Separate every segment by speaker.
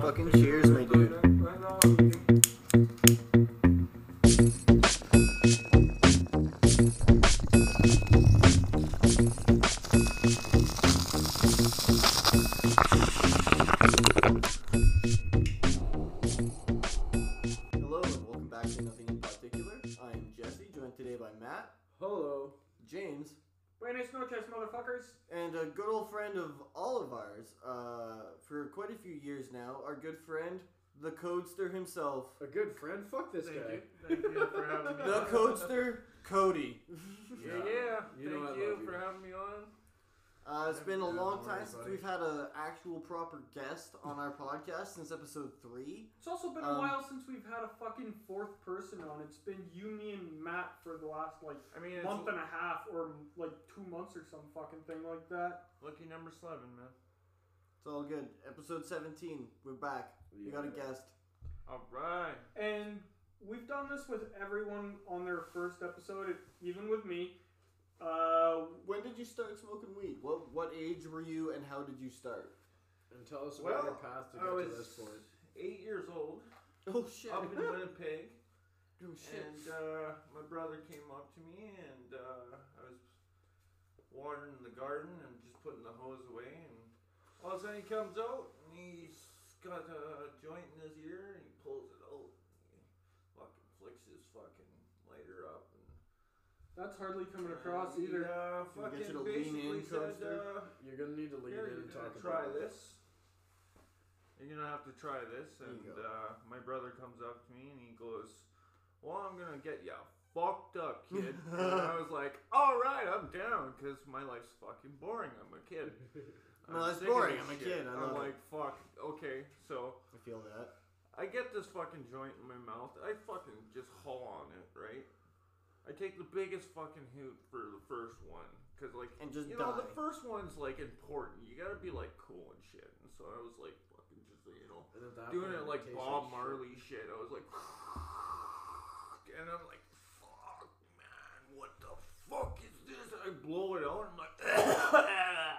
Speaker 1: Fucking cheers, my dude. Hello and welcome back to Nothing in Particular. I am Jesse, joined today by Matt,
Speaker 2: Hello.
Speaker 1: James,
Speaker 2: Buenas noches, motherfuckers.
Speaker 1: and a good old friend of all of ours uh, for quite a few years now, our good friend, the Codester himself.
Speaker 2: A good friend? Fuck this
Speaker 3: Thank
Speaker 2: guy.
Speaker 3: you. Thank you for having me
Speaker 1: The
Speaker 3: on.
Speaker 1: Codester, Cody.
Speaker 3: Yeah,
Speaker 2: Yeah.
Speaker 3: yeah.
Speaker 2: You know I
Speaker 3: Thank
Speaker 2: love
Speaker 3: you,
Speaker 2: you.
Speaker 3: for having me on.
Speaker 1: Uh, it's been a
Speaker 3: Yeah,
Speaker 1: long
Speaker 3: don't worry
Speaker 1: time since
Speaker 3: about it.
Speaker 1: we've had an actual proper guest on our podcast since episode three.
Speaker 2: It's also been
Speaker 1: Um,
Speaker 2: a while since we've had a fucking fourth person on. It's been you, me, and Matt for the last like
Speaker 3: I mean, it's
Speaker 2: month and a half or like two months or some fucking thing like that.
Speaker 3: lucky number seven, man.
Speaker 1: It's all good. Episode 17, we're back. We got a guest.
Speaker 3: All right.
Speaker 2: And we've done this with everyone on their first episode, even with me. Uh,
Speaker 1: When did you start smoking weed? What what age were you and how did you start?
Speaker 4: And tell us
Speaker 3: Well,
Speaker 4: about your path to
Speaker 3: I
Speaker 4: get
Speaker 3: was-
Speaker 4: to this point.
Speaker 3: Eight years old,
Speaker 1: Oh shit.
Speaker 3: up in Winnipeg,
Speaker 1: oh
Speaker 3: and uh, my brother came up to me, and uh, I was watering the garden and just putting the hose away, and all of a sudden he comes out, and he's got a joint in his ear, and he pulls it out, and he fucking flicks his fucking lighter up, and
Speaker 2: that's hardly coming
Speaker 3: Uh,
Speaker 2: across either.
Speaker 1: Can
Speaker 3: Yeah,
Speaker 1: we
Speaker 3: fucking
Speaker 1: get you to lean
Speaker 3: basically
Speaker 1: in,
Speaker 3: said,
Speaker 1: Trumpster?
Speaker 3: uh,
Speaker 4: You're gonna need to lean
Speaker 3: yeah,
Speaker 4: in
Speaker 3: you're
Speaker 4: and
Speaker 3: gonna
Speaker 4: talk
Speaker 3: try
Speaker 4: about
Speaker 3: this. You're gonna have to try this.
Speaker 1: There you go.
Speaker 3: And uh, my brother comes up to me and he goes, "Well, I'm gonna get you fucked up, kid." and I was like, "All right, I'm down," because my life's fucking boring. I'm a kid. I'm
Speaker 1: No, it's
Speaker 3: sick of
Speaker 1: boring,
Speaker 3: this
Speaker 1: I'm a
Speaker 3: shit.
Speaker 1: kid, I
Speaker 3: I'm
Speaker 1: love it.
Speaker 3: like, fuck. Okay, so
Speaker 1: I feel that.
Speaker 3: I get this fucking joint in my mouth. I fucking just haul on it, right? I take the biggest fucking hoot for the first one. Because, like,
Speaker 1: And just
Speaker 3: you know,
Speaker 1: die.
Speaker 3: the first one's, like, important. You gotta be, like, cool and shit. And so I was, like, fucking just, you know,
Speaker 4: And at that
Speaker 3: doing
Speaker 4: point,
Speaker 3: it like
Speaker 4: tastes
Speaker 3: Bob
Speaker 4: shit.
Speaker 3: Marley shit. I was like, and I'm like, fuck, man, what the fuck is this? I blow it out. I'm like,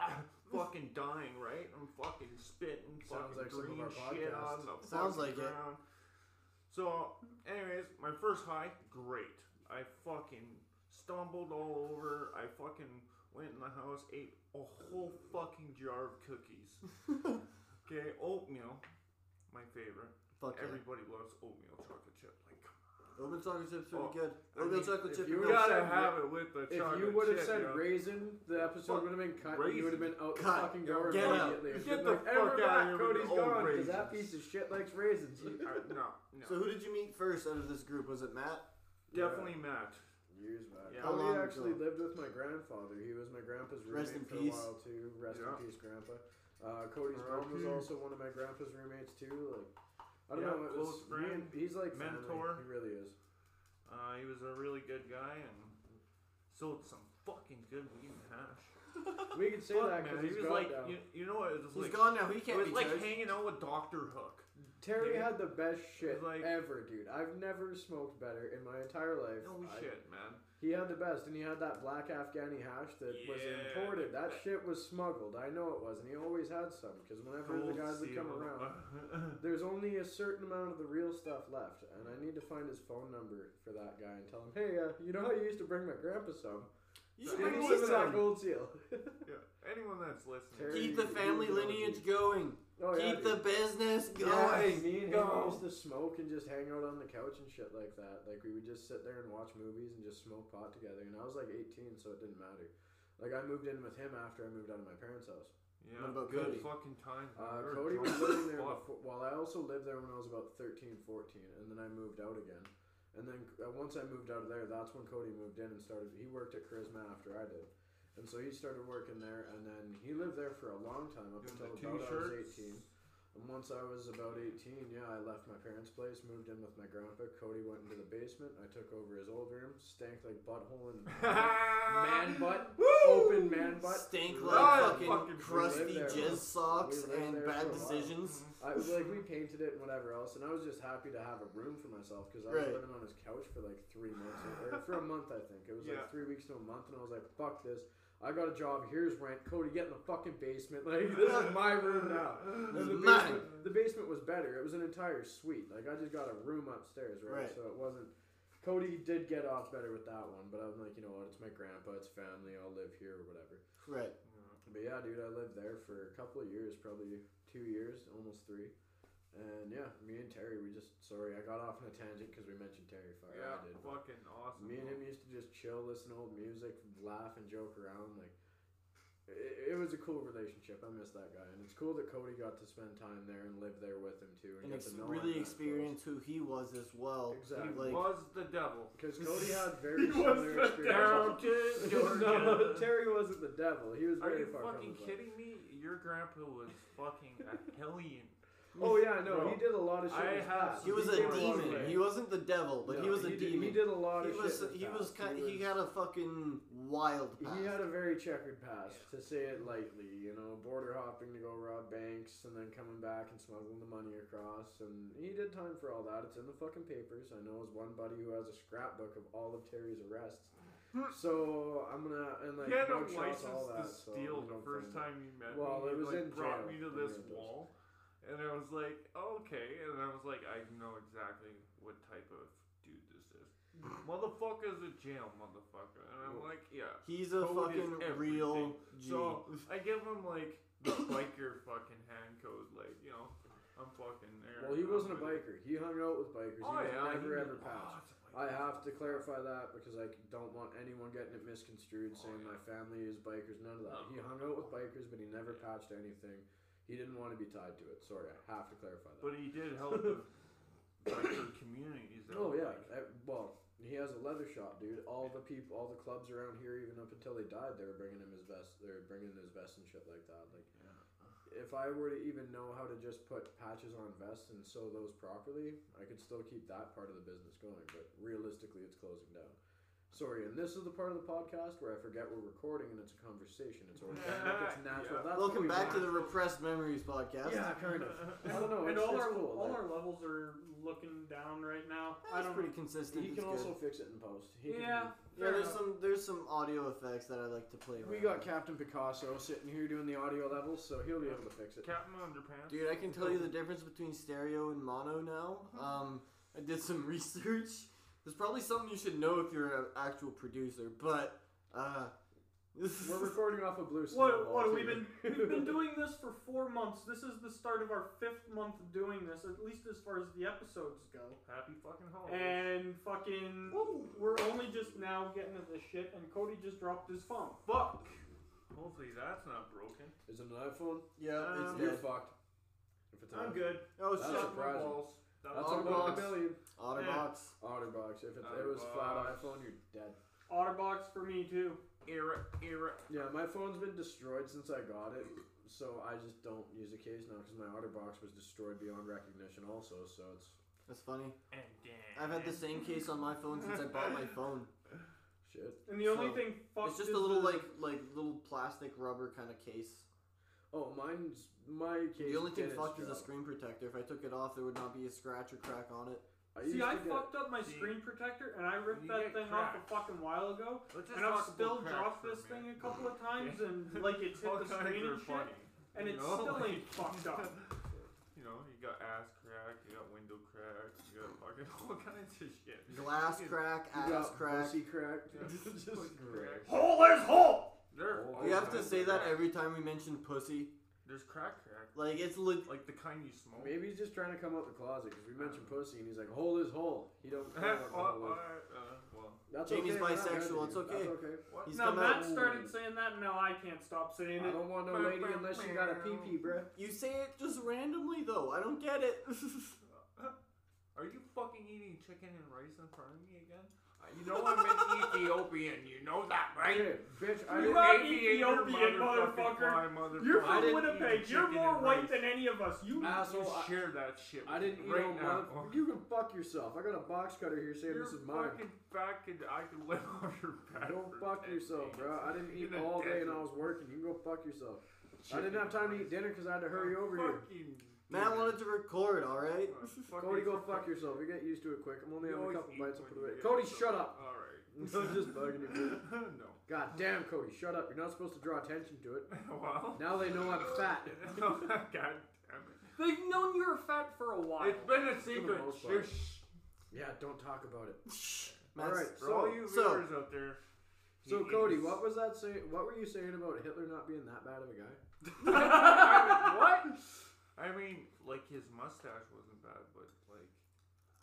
Speaker 3: fucking dying, right? I'm fucking spitting,
Speaker 4: Sounds
Speaker 3: fucking
Speaker 4: like some of
Speaker 3: green
Speaker 4: our
Speaker 3: shit
Speaker 4: podcasts.
Speaker 3: on the
Speaker 1: Sounds
Speaker 3: fucking
Speaker 1: like it.
Speaker 3: ground. So, anyways, my first high, great. I fucking stumbled all over. I fucking went in the house, ate a whole fucking jar of cookies. okay, oatmeal, my favorite.
Speaker 1: Fuck yeah.
Speaker 3: Everybody loves oatmeal chocolate chip. Like,
Speaker 1: Open chocolate chip's pretty
Speaker 3: Oh,
Speaker 1: good.
Speaker 3: I
Speaker 1: Open
Speaker 3: mean,
Speaker 1: chocolate
Speaker 4: if
Speaker 1: chip
Speaker 4: you
Speaker 1: and
Speaker 3: you
Speaker 4: would've
Speaker 1: milk.
Speaker 3: gotta
Speaker 4: said
Speaker 3: have it with the
Speaker 4: If
Speaker 3: chocolate
Speaker 4: you would have
Speaker 3: chip,
Speaker 4: said
Speaker 3: yo.
Speaker 4: raisin, the episode
Speaker 3: Fuck,
Speaker 4: would have been cut. and
Speaker 3: raisin.
Speaker 4: You would have been out
Speaker 1: Cut.
Speaker 4: the fucking
Speaker 1: Yo,
Speaker 4: door
Speaker 1: get out.
Speaker 4: immediately.
Speaker 3: Get
Speaker 4: You'd been
Speaker 3: the
Speaker 4: like,
Speaker 3: fuck
Speaker 4: "And we're
Speaker 3: outta
Speaker 4: back,
Speaker 3: here with
Speaker 4: Cody's
Speaker 3: the old
Speaker 4: gone because that
Speaker 3: raisins."
Speaker 4: piece of shit likes raisins.
Speaker 3: Uh, no, no,
Speaker 1: So who did you meet first out of this group? Was it Matt?
Speaker 3: definitely Matt.
Speaker 4: Years back. Yeah.
Speaker 3: Yeah. How
Speaker 1: long
Speaker 4: Cody actually
Speaker 1: ago?
Speaker 4: lived with my grandfather. He was my grandpa's roommate
Speaker 1: Rest in
Speaker 4: for
Speaker 1: peace.
Speaker 4: a while too. Rest
Speaker 3: Yeah.
Speaker 4: in peace, grandpa. Uh, Cody's mom was
Speaker 3: R.I.P.
Speaker 4: also one of my grandpa's roommates too. Like, I don't
Speaker 3: Yeah,
Speaker 4: know. It
Speaker 3: close
Speaker 4: was
Speaker 3: friend,
Speaker 4: me and- he's like family.
Speaker 3: mentor.
Speaker 4: He really is.
Speaker 3: Uh, he was a really good guy and sold some fucking good weed and hash.
Speaker 4: We can say
Speaker 3: Fuck,
Speaker 4: that because
Speaker 3: man, he
Speaker 4: he's
Speaker 3: was
Speaker 4: gone
Speaker 3: like,
Speaker 4: now.
Speaker 3: you, you know what? It was
Speaker 1: He's
Speaker 3: like,
Speaker 1: gone now. He
Speaker 3: it
Speaker 1: can't
Speaker 3: was
Speaker 1: be
Speaker 3: like
Speaker 1: judged.
Speaker 3: hanging out with Doctor Hook.
Speaker 4: Terry
Speaker 3: Dude.
Speaker 4: had the best shit
Speaker 3: like-
Speaker 4: ever, dude. I've never smoked better in my entire life.
Speaker 3: No
Speaker 4: I-
Speaker 3: shit, man.
Speaker 4: He had the best, and he had that black Afghani hash that was
Speaker 3: Yeah.
Speaker 4: imported. That shit was smuggled. I know it was, and he always had some because whenever
Speaker 3: Gold
Speaker 4: the guys would
Speaker 3: seal.
Speaker 4: come around, there's only a certain amount of the real stuff left, and I need to find his phone number for that guy and tell him, hey, uh, you know how you used to bring my grandpa some?
Speaker 1: You
Speaker 3: should
Speaker 4: Give me
Speaker 3: bring me
Speaker 4: some of
Speaker 3: some.
Speaker 4: that gold seal.
Speaker 3: yeah. Anyone that's listening,
Speaker 4: Terry-
Speaker 1: Keep the family lineage going.
Speaker 4: oh, yeah, dude.
Speaker 1: Keep the business
Speaker 4: Yeah,
Speaker 1: going.
Speaker 4: me and
Speaker 3: Go.
Speaker 4: him used to smoke and just hang out on the couch and shit like that. Like we would just sit there and watch movies and just smoke pot together. And I was like 18, so it didn't matter. Like I moved in with him after I moved out of my parents' house.
Speaker 3: yeah,
Speaker 1: What about
Speaker 3: good
Speaker 1: Cody?
Speaker 3: fucking time.
Speaker 4: Uh,
Speaker 3: You're
Speaker 4: Cody was
Speaker 3: drunk as
Speaker 4: living there
Speaker 3: fuck.
Speaker 4: before. Well, I also lived there when I was about 13, 14, and then I moved out again. And then uh, once I moved out of there, that's when Cody moved in and started. He worked at Charisma after I did. And so he started working there, and then he lived there for a long time up
Speaker 3: Doing
Speaker 4: until
Speaker 3: the
Speaker 4: about I was
Speaker 3: t-shirts.
Speaker 4: 18. And once I was about 18, yeah, I left my parents' place, moved in with my grandpa. Cody went into the basement. I took over his old room, stank like butthole and man butt,
Speaker 3: Woo!
Speaker 4: open man butt.
Speaker 1: Stink
Speaker 4: We
Speaker 1: like
Speaker 3: Ah,
Speaker 1: fucking,
Speaker 3: fucking- we
Speaker 4: live
Speaker 1: crusty
Speaker 4: there.
Speaker 1: jizz socks
Speaker 4: We live
Speaker 1: and
Speaker 4: there
Speaker 1: bad
Speaker 4: for a while.
Speaker 1: decisions.
Speaker 4: I was like, we painted it and whatever else, and I was just happy to have a room for myself because I
Speaker 1: Right.
Speaker 4: was living on his couch for like three months or, or for a month, I think. It was
Speaker 3: Yeah.
Speaker 4: like three weeks to a month, and I was like, fuck this. I got a job. Here's rent. Cody, get in the fucking basement. Like this is my room now. And the,
Speaker 1: Mine.
Speaker 4: basement, the basement was better. It was an entire suite. Like I just got a room upstairs, right?
Speaker 1: Right.
Speaker 4: So it wasn't. Cody did get off better with that one, but I'm like, you know what? It's my grandpa. It's family. I'll live here or whatever.
Speaker 1: Right.
Speaker 4: But yeah, dude, I lived there for a couple of years, probably two years, almost three. And yeah, me and Terry, we just sorry, I got off on a tangent because we mentioned Terry Fire.
Speaker 3: Yeah,
Speaker 4: I did.
Speaker 3: fucking awesome.
Speaker 4: Me and him used to just chill, listen to old music, laugh, and joke around. Like, it, it was a cool relationship. I miss that guy, and it's cool that Cody got to spend time there and live there with him too, and,
Speaker 1: And
Speaker 4: get
Speaker 1: ex-
Speaker 4: to know
Speaker 1: really
Speaker 4: him that
Speaker 1: experience who he was as well.
Speaker 4: Exactly.
Speaker 1: Like,
Speaker 3: He was the devil.
Speaker 4: Because Cody had very
Speaker 2: He was
Speaker 4: similar
Speaker 2: the
Speaker 4: experiences.
Speaker 3: Down to
Speaker 4: no,
Speaker 3: Georgia.
Speaker 4: Terry wasn't the devil. He was
Speaker 3: Are
Speaker 4: very
Speaker 3: you
Speaker 4: far from the
Speaker 3: fucking
Speaker 4: devil.
Speaker 3: kidding me? Your grandpa was fucking a hellion.
Speaker 4: Oh yeah, no, he
Speaker 3: Bro.
Speaker 4: did a lot of shit. in
Speaker 3: I
Speaker 4: his
Speaker 3: have
Speaker 4: past.
Speaker 1: he was
Speaker 4: He
Speaker 1: a
Speaker 4: did lot of
Speaker 1: demon.
Speaker 4: shit.
Speaker 1: He wasn't the devil, but
Speaker 4: No,
Speaker 1: he was
Speaker 4: he
Speaker 1: a
Speaker 4: did- he
Speaker 1: demon.
Speaker 4: did a lot of
Speaker 1: He was
Speaker 4: shit. in his
Speaker 1: he was
Speaker 4: past.
Speaker 1: kind,
Speaker 4: he,
Speaker 1: he had a fucking wild past.
Speaker 4: He had a very checkered past, to say it lightly. You know, border hopping to go rob banks, and then coming back and smuggling the money across. And he did time for all that. It's in the fucking papers. I know his one buddy who has a scrapbook of all of Terry's arrests.
Speaker 1: Hmm.
Speaker 4: so I'm gonna and like
Speaker 3: he had a
Speaker 4: mug shots,
Speaker 3: license
Speaker 4: all that,
Speaker 3: to
Speaker 4: so I'm
Speaker 3: steal the
Speaker 4: gonna
Speaker 3: first
Speaker 4: find it.
Speaker 3: time you met
Speaker 4: Well, it
Speaker 3: me. He,
Speaker 4: was in
Speaker 3: like, brought
Speaker 4: jail
Speaker 3: me to
Speaker 4: when
Speaker 3: this
Speaker 4: we did this.
Speaker 3: wall, and I was like, okay, and I was like, I know exactly what type of dude this is. Motherfucker's a jail motherfucker, and I'm
Speaker 4: Well,
Speaker 3: like, yeah.
Speaker 1: He's a
Speaker 3: Code is
Speaker 1: fucking real
Speaker 3: everything.
Speaker 1: G.
Speaker 3: So I give him like the biker fucking hand code, like you know, I'm fucking there.
Speaker 4: Well, he
Speaker 3: I'm
Speaker 4: wasn't a
Speaker 3: with it.
Speaker 4: biker. He hung out with bikers.
Speaker 3: Oh
Speaker 4: he was
Speaker 3: yeah,
Speaker 4: never
Speaker 3: he-
Speaker 4: ever
Speaker 3: oh,
Speaker 4: passed.
Speaker 3: it's a
Speaker 4: I
Speaker 3: biker.
Speaker 4: have to clarify that because I don't want anyone getting it misconstrued,
Speaker 3: Oh,
Speaker 4: saying
Speaker 3: yeah. Um,
Speaker 4: my family is bikers. None of that.
Speaker 3: No.
Speaker 4: He hung out with bikers, but he never patched anything. He didn't want to be tied to it. Sorry, I have to clarify that.
Speaker 3: But he did help the biker communities. that
Speaker 4: oh
Speaker 3: were
Speaker 4: yeah,
Speaker 3: like-
Speaker 4: Uh, well he has a leather shop, dude. All the people, all the clubs around here, even up until they died, they were bringing him his vest. They were bringing his vest and shit like that. Like, if I were to even know how to just put patches on vests and sew those properly, I could still keep that part of the business going. But realistically, it's closing down. Sorry, and this is the part of the podcast where I forget we're recording and it's a conversation. It's organic, it's natural.
Speaker 3: Yeah.
Speaker 4: That's what we
Speaker 1: Welcome back
Speaker 4: want.
Speaker 1: to the Repressed Memories podcast.
Speaker 4: yeah, kind of. I don't know. it's,
Speaker 2: and all
Speaker 4: it's
Speaker 2: our
Speaker 4: cool.
Speaker 2: all
Speaker 4: like,
Speaker 2: our levels are looking down right now. I
Speaker 1: That's
Speaker 2: don't.
Speaker 1: pretty consistent.
Speaker 4: he
Speaker 1: it's
Speaker 4: can
Speaker 1: good.
Speaker 4: also fix it in post. He can-
Speaker 2: yeah.
Speaker 1: yeah,
Speaker 2: fair
Speaker 1: there's
Speaker 2: enough.
Speaker 1: some there's some audio effects that I like to play.
Speaker 4: We
Speaker 1: around
Speaker 4: got
Speaker 1: with.
Speaker 4: Captain Picasso sitting here doing the audio levels, so he'll be able to fix it.
Speaker 3: Captain Underpants.
Speaker 1: Dude, I can tell you the difference between stereo and mono
Speaker 4: Mm-hmm.
Speaker 1: now. Um, I did some research. There's probably something you should know if you're an actual producer, but uh,
Speaker 4: We're recording off a blue
Speaker 2: What,
Speaker 4: Snowball,
Speaker 2: what
Speaker 4: too.
Speaker 2: we've been we've been doing this for four months. This is the start of our fifth month of doing this, at least as far as the episodes go.
Speaker 3: Happy fucking holidays.
Speaker 2: And fucking, we're only just now getting to this shit. And Cody just dropped his phone.
Speaker 3: Fuck. Hopefully that's not broken.
Speaker 4: Is it an iPhone?
Speaker 1: yeah,
Speaker 3: Um,
Speaker 1: it's
Speaker 4: You're
Speaker 1: dead.
Speaker 4: fucked. If it's
Speaker 3: I'm
Speaker 4: iPhone.
Speaker 3: good.
Speaker 1: Oh,
Speaker 4: That's
Speaker 1: shut
Speaker 4: surprising.
Speaker 3: That's
Speaker 4: That's
Speaker 1: Autobots.
Speaker 4: about a million.
Speaker 1: Otterbox.
Speaker 4: Otterbox. If it, it was flat
Speaker 3: Otterbox.
Speaker 4: iPhone, you're dead.
Speaker 2: OtterBox for me too.
Speaker 3: Era, era.
Speaker 4: Yeah, my phone's been destroyed since I got it, so I just don't use a case now because my Otterbox was destroyed beyond recognition. Also, so it's
Speaker 1: That's funny.
Speaker 3: And damn.
Speaker 1: I've had the same case on my phone since I bought my phone.
Speaker 4: shit.
Speaker 2: And the only
Speaker 1: So,
Speaker 2: thing fucked
Speaker 1: It's just
Speaker 2: is
Speaker 1: a little
Speaker 2: the-
Speaker 1: like like little plastic rubber kind of case.
Speaker 4: Oh, mine's my case.
Speaker 1: The only
Speaker 4: did
Speaker 1: thing
Speaker 4: its
Speaker 1: fucked is a
Speaker 4: job.
Speaker 1: screen protector. If I took it off, there would not be a scratch or crack on it.
Speaker 4: I used
Speaker 2: See,
Speaker 4: to
Speaker 2: I
Speaker 4: get-
Speaker 2: fucked up my
Speaker 3: See,
Speaker 2: screen protector, and I ripped
Speaker 3: you
Speaker 2: that
Speaker 3: get
Speaker 2: thing
Speaker 3: cracked.
Speaker 2: off a fucking while ago.
Speaker 3: Let's just
Speaker 2: And I've
Speaker 3: talk
Speaker 2: still
Speaker 3: about cracks
Speaker 2: dropped
Speaker 3: for a
Speaker 2: this
Speaker 3: minute.
Speaker 2: thing a couple of times,
Speaker 3: Yeah.
Speaker 2: and like it's hit
Speaker 3: All
Speaker 2: the
Speaker 3: kinds
Speaker 2: screen
Speaker 3: are
Speaker 2: and shit.
Speaker 3: funny,
Speaker 2: and
Speaker 3: you
Speaker 2: it
Speaker 3: know?
Speaker 2: still ain't
Speaker 3: Like-
Speaker 2: fucked up.
Speaker 3: You know, you got ass crack, you got window crack, you got fucking all kinds of shit.
Speaker 1: Glass
Speaker 3: You can-
Speaker 1: crack,
Speaker 4: You
Speaker 1: ass
Speaker 4: got
Speaker 1: crack.
Speaker 4: pussy crack.
Speaker 3: Yeah.
Speaker 4: just great.
Speaker 2: Hole is hole.
Speaker 3: There oh, are
Speaker 4: You
Speaker 3: all
Speaker 1: You have to
Speaker 3: kinds
Speaker 1: say
Speaker 3: of
Speaker 1: that
Speaker 3: crack.
Speaker 1: every time we mention pussy.
Speaker 3: There's crack crack.
Speaker 1: Like it's lit.
Speaker 3: Like the kind you smoke.
Speaker 4: Maybe he's just trying to come out the closet because we mentioned pussy and he's like, hole is hole. He don't
Speaker 3: Uh,
Speaker 4: care about
Speaker 3: uh,
Speaker 4: hole is.
Speaker 3: uh, well,
Speaker 4: That's
Speaker 1: Jamie's
Speaker 4: okay, we're not judging
Speaker 1: bisexual, it's
Speaker 4: you.
Speaker 1: okay.
Speaker 4: That's okay.
Speaker 3: what?
Speaker 1: He's come
Speaker 2: Now
Speaker 1: out.
Speaker 2: Matt started saying that, and now I can't stop saying
Speaker 4: I
Speaker 2: it.
Speaker 4: don't want no lady unless you got a pee pee, bruh.
Speaker 1: You say it just randomly though. I don't get it.
Speaker 3: Are you fucking eating chicken and rice in front of me again? Uh, you know I'm an Ethiopian. You know that, right?
Speaker 4: Okay, bitch, I
Speaker 2: You
Speaker 4: didn't.
Speaker 2: are-
Speaker 3: An aviator,
Speaker 2: Ethiopian, motherfucker.
Speaker 3: fly, motherfucker.
Speaker 2: You're
Speaker 4: I
Speaker 2: from
Speaker 4: didn't
Speaker 2: Winnipeg.
Speaker 3: eat
Speaker 2: You're
Speaker 3: chicken
Speaker 2: more
Speaker 3: and
Speaker 2: white
Speaker 3: rice.
Speaker 2: than any of us. You.
Speaker 1: Uh,
Speaker 4: Asshole,
Speaker 3: You
Speaker 4: I-
Speaker 3: share that shit.
Speaker 4: I didn't eat no
Speaker 3: right now.
Speaker 4: motherfucker. You can fuck yourself. I got a box cutter here saying
Speaker 3: You're
Speaker 4: this is mine.
Speaker 3: fucking back and I can live on your back.
Speaker 4: Go
Speaker 3: for
Speaker 4: fuck
Speaker 3: 10
Speaker 4: yourself,
Speaker 3: days.
Speaker 4: bro. I didn't eat
Speaker 3: In a
Speaker 4: all day and
Speaker 3: desert.
Speaker 4: I was working. You can go fuck yourself. I
Speaker 3: Chicken
Speaker 4: didn't have time to
Speaker 3: and
Speaker 4: eat dinner because I had to hurry over
Speaker 3: fucking
Speaker 4: here.
Speaker 1: Man, I wanted to record, alright?
Speaker 3: Uh, fuck
Speaker 4: Cody,
Speaker 3: you
Speaker 4: go
Speaker 3: for-
Speaker 4: fuck yourself. You get used to it quick. I'm only
Speaker 3: You
Speaker 4: having a
Speaker 3: always
Speaker 4: couple
Speaker 3: eat
Speaker 4: bites.
Speaker 3: when
Speaker 4: I'll put it away.
Speaker 3: you get
Speaker 4: Cody,
Speaker 3: yourself-
Speaker 4: shut up.
Speaker 3: All right.
Speaker 4: I'm just bugging you. dude.
Speaker 3: no.
Speaker 4: God damn, Cody, shut up. You're not supposed to draw attention to it.
Speaker 3: Well.
Speaker 4: Now they know I'm fat.
Speaker 3: God damn
Speaker 2: They've known you were fat for a while.
Speaker 3: it. It's been a secret.
Speaker 4: most part.
Speaker 3: Shush.
Speaker 4: Yeah, don't talk about it.
Speaker 1: Matt's-
Speaker 4: Alright,
Speaker 3: For all you
Speaker 1: so-
Speaker 3: viewers out there. he
Speaker 4: So Cody,
Speaker 3: is-
Speaker 4: what was that say? What were you saying about Hitler not being that bad of a guy?
Speaker 3: I mean, what? I mean, like his mustache wasn't bad, but like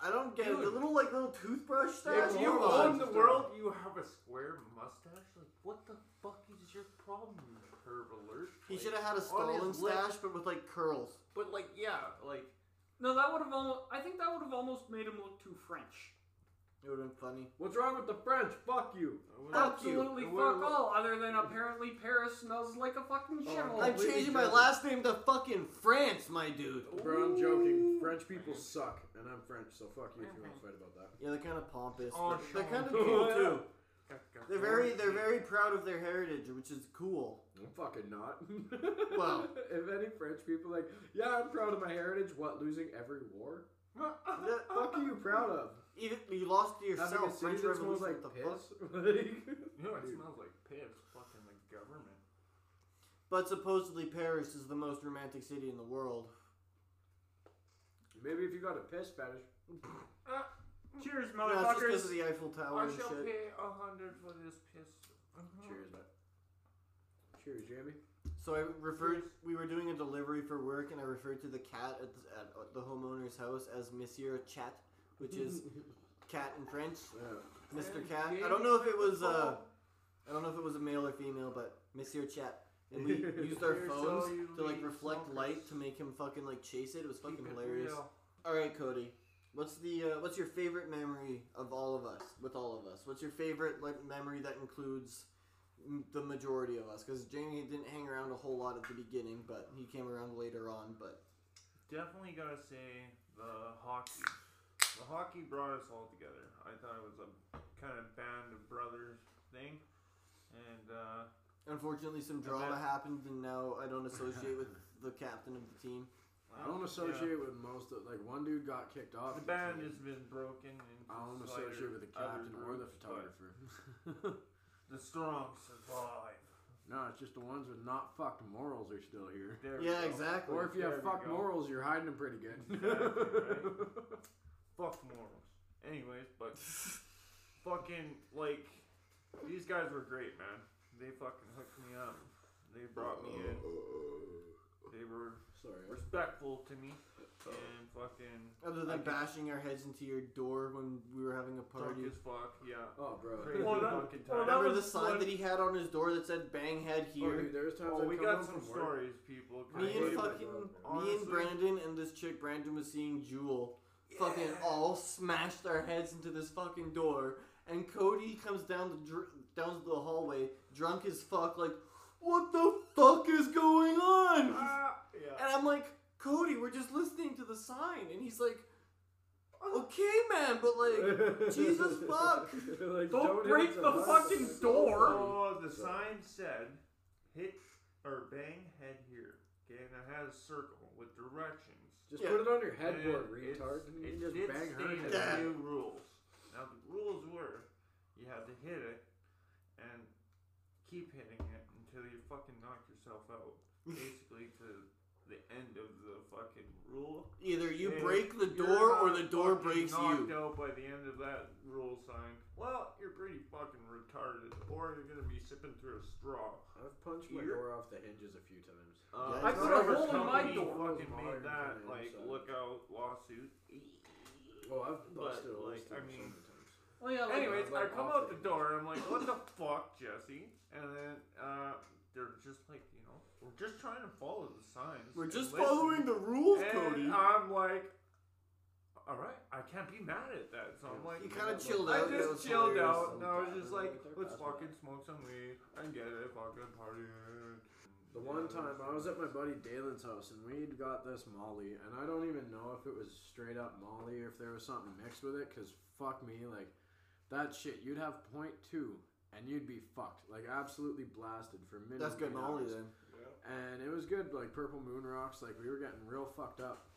Speaker 1: I don't get it. The
Speaker 3: Dude.
Speaker 1: little like little toothbrush stash.
Speaker 4: If
Speaker 3: if
Speaker 4: you
Speaker 3: you
Speaker 1: Come
Speaker 4: own
Speaker 1: on.
Speaker 3: own the world, you have a square mustache. Like, what the fuck is your problem, you perv alert?
Speaker 1: He
Speaker 3: Like,
Speaker 1: should have had a
Speaker 3: on
Speaker 1: Stalin
Speaker 3: his lip.
Speaker 1: stash, but with like curls.
Speaker 3: But like, yeah, like
Speaker 2: No, that would have almost. I think that would have almost made him look too French.
Speaker 1: It would have been funny.
Speaker 4: What's wrong with the French? Fuck you!
Speaker 1: Fuck you.
Speaker 2: Absolutely
Speaker 3: It
Speaker 2: fuck
Speaker 3: would've-
Speaker 2: all. Other than apparently Paris smells like a fucking
Speaker 4: Oh,
Speaker 2: shithole.
Speaker 1: I'm
Speaker 4: completely
Speaker 1: changing my
Speaker 4: joking.
Speaker 1: last name to fucking France, my dude.
Speaker 4: Bro, I'm joking. French people suck, and I'm French, so fuck you if you want to fight about that.
Speaker 1: Yeah, they're kind of pompous.
Speaker 3: Oh,
Speaker 1: they're they're kind of
Speaker 3: Sean.
Speaker 1: cool too.
Speaker 3: Ooh.
Speaker 1: They're very they're very proud of their heritage, which is cool.
Speaker 4: I'm fucking not.
Speaker 1: Well.
Speaker 4: if any French people like, yeah, I'm proud of my heritage. What losing every war?
Speaker 1: That-
Speaker 4: Fuck are you proud of?
Speaker 1: Even you lost to
Speaker 4: Having a
Speaker 1: yourself.
Speaker 4: city
Speaker 1: French
Speaker 4: that
Speaker 1: Revolution.
Speaker 4: smells
Speaker 1: Like
Speaker 4: like
Speaker 1: the fuck?
Speaker 4: piss. Like,
Speaker 3: You know, it
Speaker 4: Dude.
Speaker 3: smells like piss. Fucking the government.
Speaker 1: But supposedly Paris is the most romantic city in the world.
Speaker 4: Maybe if you got a piss fetish.
Speaker 2: Cheers,
Speaker 1: No, it's just
Speaker 2: motherfuckers.
Speaker 1: because of the Eiffel Tower
Speaker 3: I
Speaker 1: and
Speaker 3: shall
Speaker 1: shit.
Speaker 3: pay a hundred for this piss.
Speaker 1: Uh-huh.
Speaker 3: Mhm.
Speaker 4: Cheers. Cheers, Jamie.
Speaker 1: So I referred. We were doing a delivery for work, and I referred to the cat at the, at the homeowner's house as Monsieur Chat, which is cat in French.
Speaker 4: Yeah.
Speaker 1: Mr. Cat. I don't know if it was. Uh, I don't know if it was a male or female, but Monsieur Chat. And we used our
Speaker 3: Here's
Speaker 1: phones
Speaker 3: all you
Speaker 1: to like
Speaker 3: need,
Speaker 1: reflect
Speaker 3: smokers.
Speaker 1: light to make him fucking like chase it. It was
Speaker 3: Keep
Speaker 1: fucking
Speaker 3: it
Speaker 1: hilarious.
Speaker 3: real.
Speaker 1: All right, Cody. What's the uh, what's your favorite memory of all of us? With all of us, what's your favorite like memory that includes m- the majority of us? Because Jamie didn't hang around a whole lot at the beginning, but he came around later on. But
Speaker 3: Definitely gotta say the hockey. The hockey brought us all together. I thought it was a kind of band of brothers thing, and uh,
Speaker 1: unfortunately, some
Speaker 3: bet-
Speaker 1: drama happened, and now I don't associate with the captain of the team.
Speaker 4: I don't associate with most of like one dude got kicked off.
Speaker 3: Yeah. The
Speaker 4: the
Speaker 3: band
Speaker 4: team.
Speaker 3: has been broken. Into
Speaker 4: I don't
Speaker 3: slighter
Speaker 4: associate with the
Speaker 3: other
Speaker 4: captain or the
Speaker 3: groups, but
Speaker 4: photographer.
Speaker 3: The strong survive.
Speaker 4: No, it's just the ones with not fucked morals are still here.
Speaker 3: There we
Speaker 1: Yeah,
Speaker 3: go.
Speaker 1: exactly.
Speaker 4: Or if you have
Speaker 3: There we
Speaker 4: fucked
Speaker 3: go.
Speaker 4: morals, you're hiding them pretty good.
Speaker 3: Exactly, Fuck morals. Anyways, but fucking like these guys were great, man. They fucking hooked me up. They brought me in.
Speaker 1: Uh,
Speaker 3: They were
Speaker 4: Sorry.
Speaker 3: respectful to me and fucking
Speaker 1: Other
Speaker 3: I
Speaker 1: than
Speaker 3: get-
Speaker 1: bashing our heads into your door when we were having a
Speaker 3: drunk
Speaker 1: party.
Speaker 3: as fuck. Yeah.
Speaker 4: Oh, bro.
Speaker 3: Crazy
Speaker 2: Well, that-
Speaker 3: fucking
Speaker 2: well,
Speaker 3: time.
Speaker 2: that
Speaker 1: Remember the
Speaker 2: was
Speaker 1: sign
Speaker 2: fun.
Speaker 1: that he had on his door that said "Bang Head
Speaker 4: Oh,
Speaker 1: Here."
Speaker 4: dude, there was times
Speaker 3: Oh,
Speaker 4: I'd
Speaker 3: we
Speaker 4: come
Speaker 3: got
Speaker 4: home
Speaker 3: some
Speaker 4: from work.
Speaker 3: stories, people. 'cause
Speaker 1: Me
Speaker 4: I
Speaker 1: and
Speaker 4: hated my
Speaker 1: fucking
Speaker 4: job,
Speaker 1: me and
Speaker 3: Honestly.
Speaker 1: Brandon and this chick Brandon was seeing Jewel fucking all smashed our heads into this fucking door and Cody comes down the dr- down the hallway drunk as fuck like what the fuck is going on
Speaker 2: Uh,
Speaker 3: Ah, yeah.
Speaker 1: and I'm like Cody we're just listening to the sign and he's like
Speaker 3: Ah.
Speaker 1: okay man but like Jesus fuck.
Speaker 4: Like,
Speaker 2: Don't
Speaker 4: hit
Speaker 2: break
Speaker 4: us
Speaker 2: the
Speaker 4: up.
Speaker 2: fucking
Speaker 4: That's
Speaker 2: door.
Speaker 4: funny.
Speaker 3: Oh, the sign said, "Hit or bang head here." Okay, and it had a circle with directions.
Speaker 4: Just
Speaker 1: Yeah.
Speaker 4: put it on your headboard,
Speaker 3: And it's-
Speaker 4: retard. And you
Speaker 3: it
Speaker 4: can just
Speaker 3: did
Speaker 4: bang her.
Speaker 3: state
Speaker 4: head.
Speaker 1: Yeah.
Speaker 3: the new rules. Now the rules were, you had to hit it, and keep hitting it until you fucking knock yourself out. Basically, to the end of the fucking rule.
Speaker 1: either you
Speaker 3: And
Speaker 1: break the
Speaker 3: you're
Speaker 1: door or
Speaker 3: not
Speaker 1: the door
Speaker 3: fucking
Speaker 1: breaks
Speaker 3: knocked
Speaker 1: you
Speaker 3: out by the end of that rule sign. Well, you're pretty fucking retarded, or you're gonna be sipping through a straw.
Speaker 4: I've punched my
Speaker 3: You're-
Speaker 4: door off the hinges a few times.
Speaker 1: Yeah,
Speaker 3: I
Speaker 1: it's
Speaker 3: put a
Speaker 1: not
Speaker 3: hole in
Speaker 2: overcome.
Speaker 3: my
Speaker 2: He
Speaker 3: door.
Speaker 4: fucking
Speaker 3: Fucking
Speaker 4: made
Speaker 3: made that
Speaker 4: that,
Speaker 3: like
Speaker 4: so-
Speaker 3: look out lawsuit.
Speaker 4: Oh, I've
Speaker 3: But,
Speaker 4: busted a
Speaker 3: like,
Speaker 4: list of
Speaker 3: I
Speaker 4: them so
Speaker 3: mean-
Speaker 4: many times.
Speaker 2: Well, yeah, like,
Speaker 3: Anyways, I
Speaker 4: like
Speaker 3: come
Speaker 4: off
Speaker 3: out
Speaker 4: the
Speaker 3: the door. I'm like, what the fuck, Jesse? And then uh, they're just like, you know, we're just trying to follow the signs.
Speaker 1: we're
Speaker 3: and
Speaker 1: just
Speaker 3: listen."
Speaker 1: following the rules Cody
Speaker 3: And I'm like, all right, I can't be mad at that. So I'm like,
Speaker 1: you kind of chilled
Speaker 3: I
Speaker 1: out That was
Speaker 3: just chilled
Speaker 1: hilarious.
Speaker 3: out, and I was just like,
Speaker 4: They're
Speaker 3: let's
Speaker 4: passing
Speaker 3: fucking smoke some weed and get it fucking party.
Speaker 4: The one time I was at my buddy Dalen's house and we'd got this Molly, and I don't even know if it was straight up Molly or if there was something mixed with it, because fuck me, like that shit, you'd have 0.2 and you'd be fucked, like absolutely blasted for minutes.
Speaker 1: That's good Molly then.
Speaker 3: Yeah.
Speaker 4: and it was good like purple moon rocks like we were getting real fucked up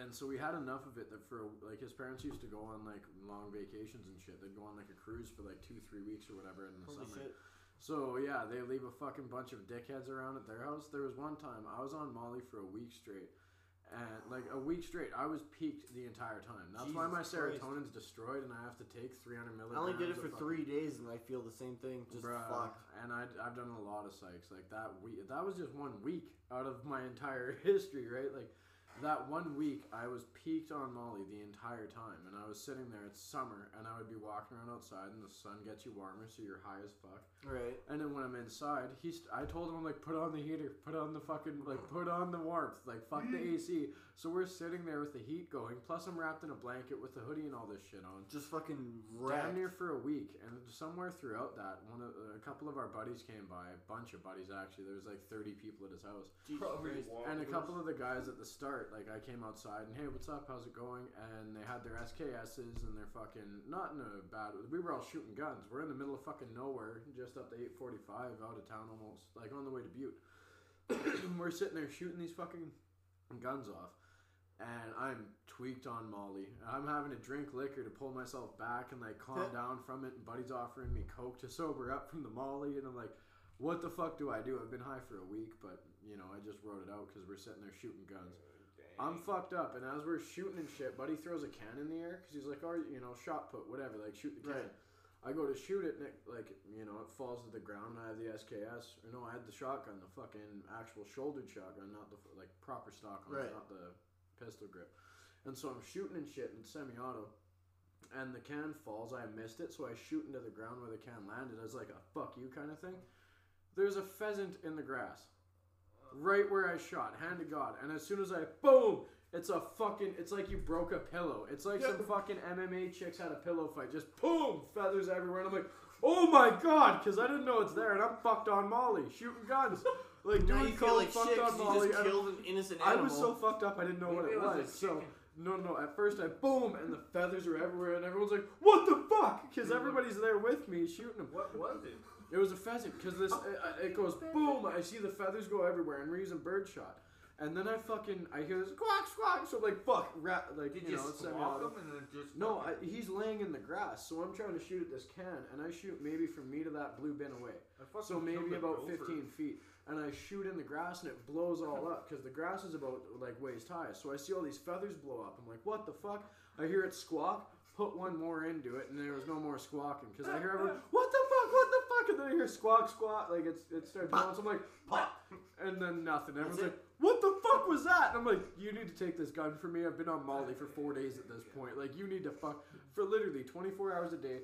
Speaker 4: and so we had enough of it that for like his parents used to go on like long vacations and shit they'd go on like a cruise for like two three weeks or whatever in the
Speaker 1: Holy
Speaker 4: summer
Speaker 1: shit.
Speaker 4: so yeah they leave a fucking bunch of dickheads around at their house there was one time i was on molly for a week straight and like a week straight i was peaked the entire time that's why my
Speaker 1: Jesus Christ.
Speaker 4: serotonin's destroyed and i have to take 300
Speaker 1: I
Speaker 4: milligrams
Speaker 1: only did it
Speaker 4: of
Speaker 1: for
Speaker 4: fucking-
Speaker 1: three days and I feel the same thing. Just
Speaker 4: Bruh,
Speaker 1: fucked.
Speaker 4: And I, I've done a lot of psychs. Like that week, that was just one week out of my entire history, right? Like that one week, I was peaked on Molly the entire time, and I was sitting there. It's summer, and I would be walking around outside, and the sun gets you warmer, so you're high as fuck.
Speaker 1: Right.
Speaker 4: And then when I'm inside, he's. I told him I'm like, put on the heater, put on the fucking like, put on the warmth, like fuck the AC. So we're sitting there with the heat going. Plus, I'm wrapped in a blanket with the hoodie and all this shit on
Speaker 1: Just fucking
Speaker 4: down
Speaker 1: wrecked.
Speaker 4: there for a week, and somewhere throughout that, one of a couple of our buddies came by, a bunch of buddies actually. There was like thirty people at his house,
Speaker 1: Jesus Christ.
Speaker 4: and a couple of the guys at the start, like I came outside and hey, what's up? How's it going? And they had their SKSs and they're fucking not in a bad. We were all shooting guns. We're in the middle of fucking nowhere, just up the eight forty five, out of town almost, like on the way to Butte. we're sitting there shooting these fucking guns off and I'm tweaked on Molly. I'm having to drink liquor to pull myself back and like calm down from it. And Buddy's offering me coke to sober up from the Molly, and I'm like, what the fuck do I do? I've been high for a week, but you know, I just wrote it out because we're sitting there shooting guns. I'm fucked up, and as we're shooting and shit, Buddy throws a can in the air because he's like, "Oh, you know, shot put, whatever, like shoot the can."
Speaker 1: Right.
Speaker 4: I go to shoot it, and it, like you know, it falls to the ground. And I have the SKS, or no, I had the shotgun, the fucking actual shouldered shotgun, not the f- like proper stock on, it,
Speaker 1: Right.
Speaker 4: not the pistol grip. And so I'm shooting and shit in semi-auto, and the can falls. I missed it, so I shoot into the ground where the can landed. as like a fuck you kind of thing. There's a pheasant in the grass, right where I shot. Hand to God. And as soon as I boom, it's a fucking. It's like you broke a pillow. It's like some fucking MMA chicks had a pillow fight. Just boom, feathers everywhere. And I'm like, oh my god, because I didn't know it's there, and I'm fucked on Molly shooting guns. Like,
Speaker 1: Now
Speaker 4: dude,
Speaker 1: you feel
Speaker 4: call it
Speaker 1: like
Speaker 4: fucked
Speaker 1: shit 'cause
Speaker 4: on Molly.
Speaker 1: you just
Speaker 4: and I'm-
Speaker 1: killed an innocent
Speaker 4: I
Speaker 1: animal.
Speaker 4: was so fucked up I didn't know what
Speaker 3: Maybe
Speaker 4: it
Speaker 3: it was a
Speaker 4: was. So
Speaker 3: chicken.
Speaker 4: no, no. At first I boom, and the feathers are everywhere, and everyone's like, "What the fuck?" Because
Speaker 1: Mm-hmm.
Speaker 4: everybody's there with me shooting them.
Speaker 3: What was it?
Speaker 4: It was a pheasant because this it, it goes boom. I see the feathers go everywhere, and we're using birdshot. And then I fucking I hear this squawk squawk. So I'm like fuck, rat, like
Speaker 3: Did
Speaker 4: you,
Speaker 3: you,
Speaker 4: know, it's
Speaker 3: swap them and then just
Speaker 4: no, I, he's laying in the grass, so I'm trying to shoot at this can, and I shoot maybe from me to that blue bin away.
Speaker 3: I fucking
Speaker 4: So maybe
Speaker 3: killed a
Speaker 4: about
Speaker 3: gopher.
Speaker 4: 15 feet. And I shoot in the grass and it blows all up because the grass is about like waist high. So I see all these feathers blow up. I'm like, what the fuck? I hear it squawk, put one more into it, and there was no more squawking because I hear everyone, what the fuck, what the fuck? And then I hear squawk, squawk. Like it's, it starts blowing. So I'm like, what? And then nothing. Everyone's
Speaker 1: it.
Speaker 4: like, what the fuck was that? And I'm like, you need to take this gun from me. I've been on Molly for four days at this point. Like, you need to fuck for literally 24 hours a day,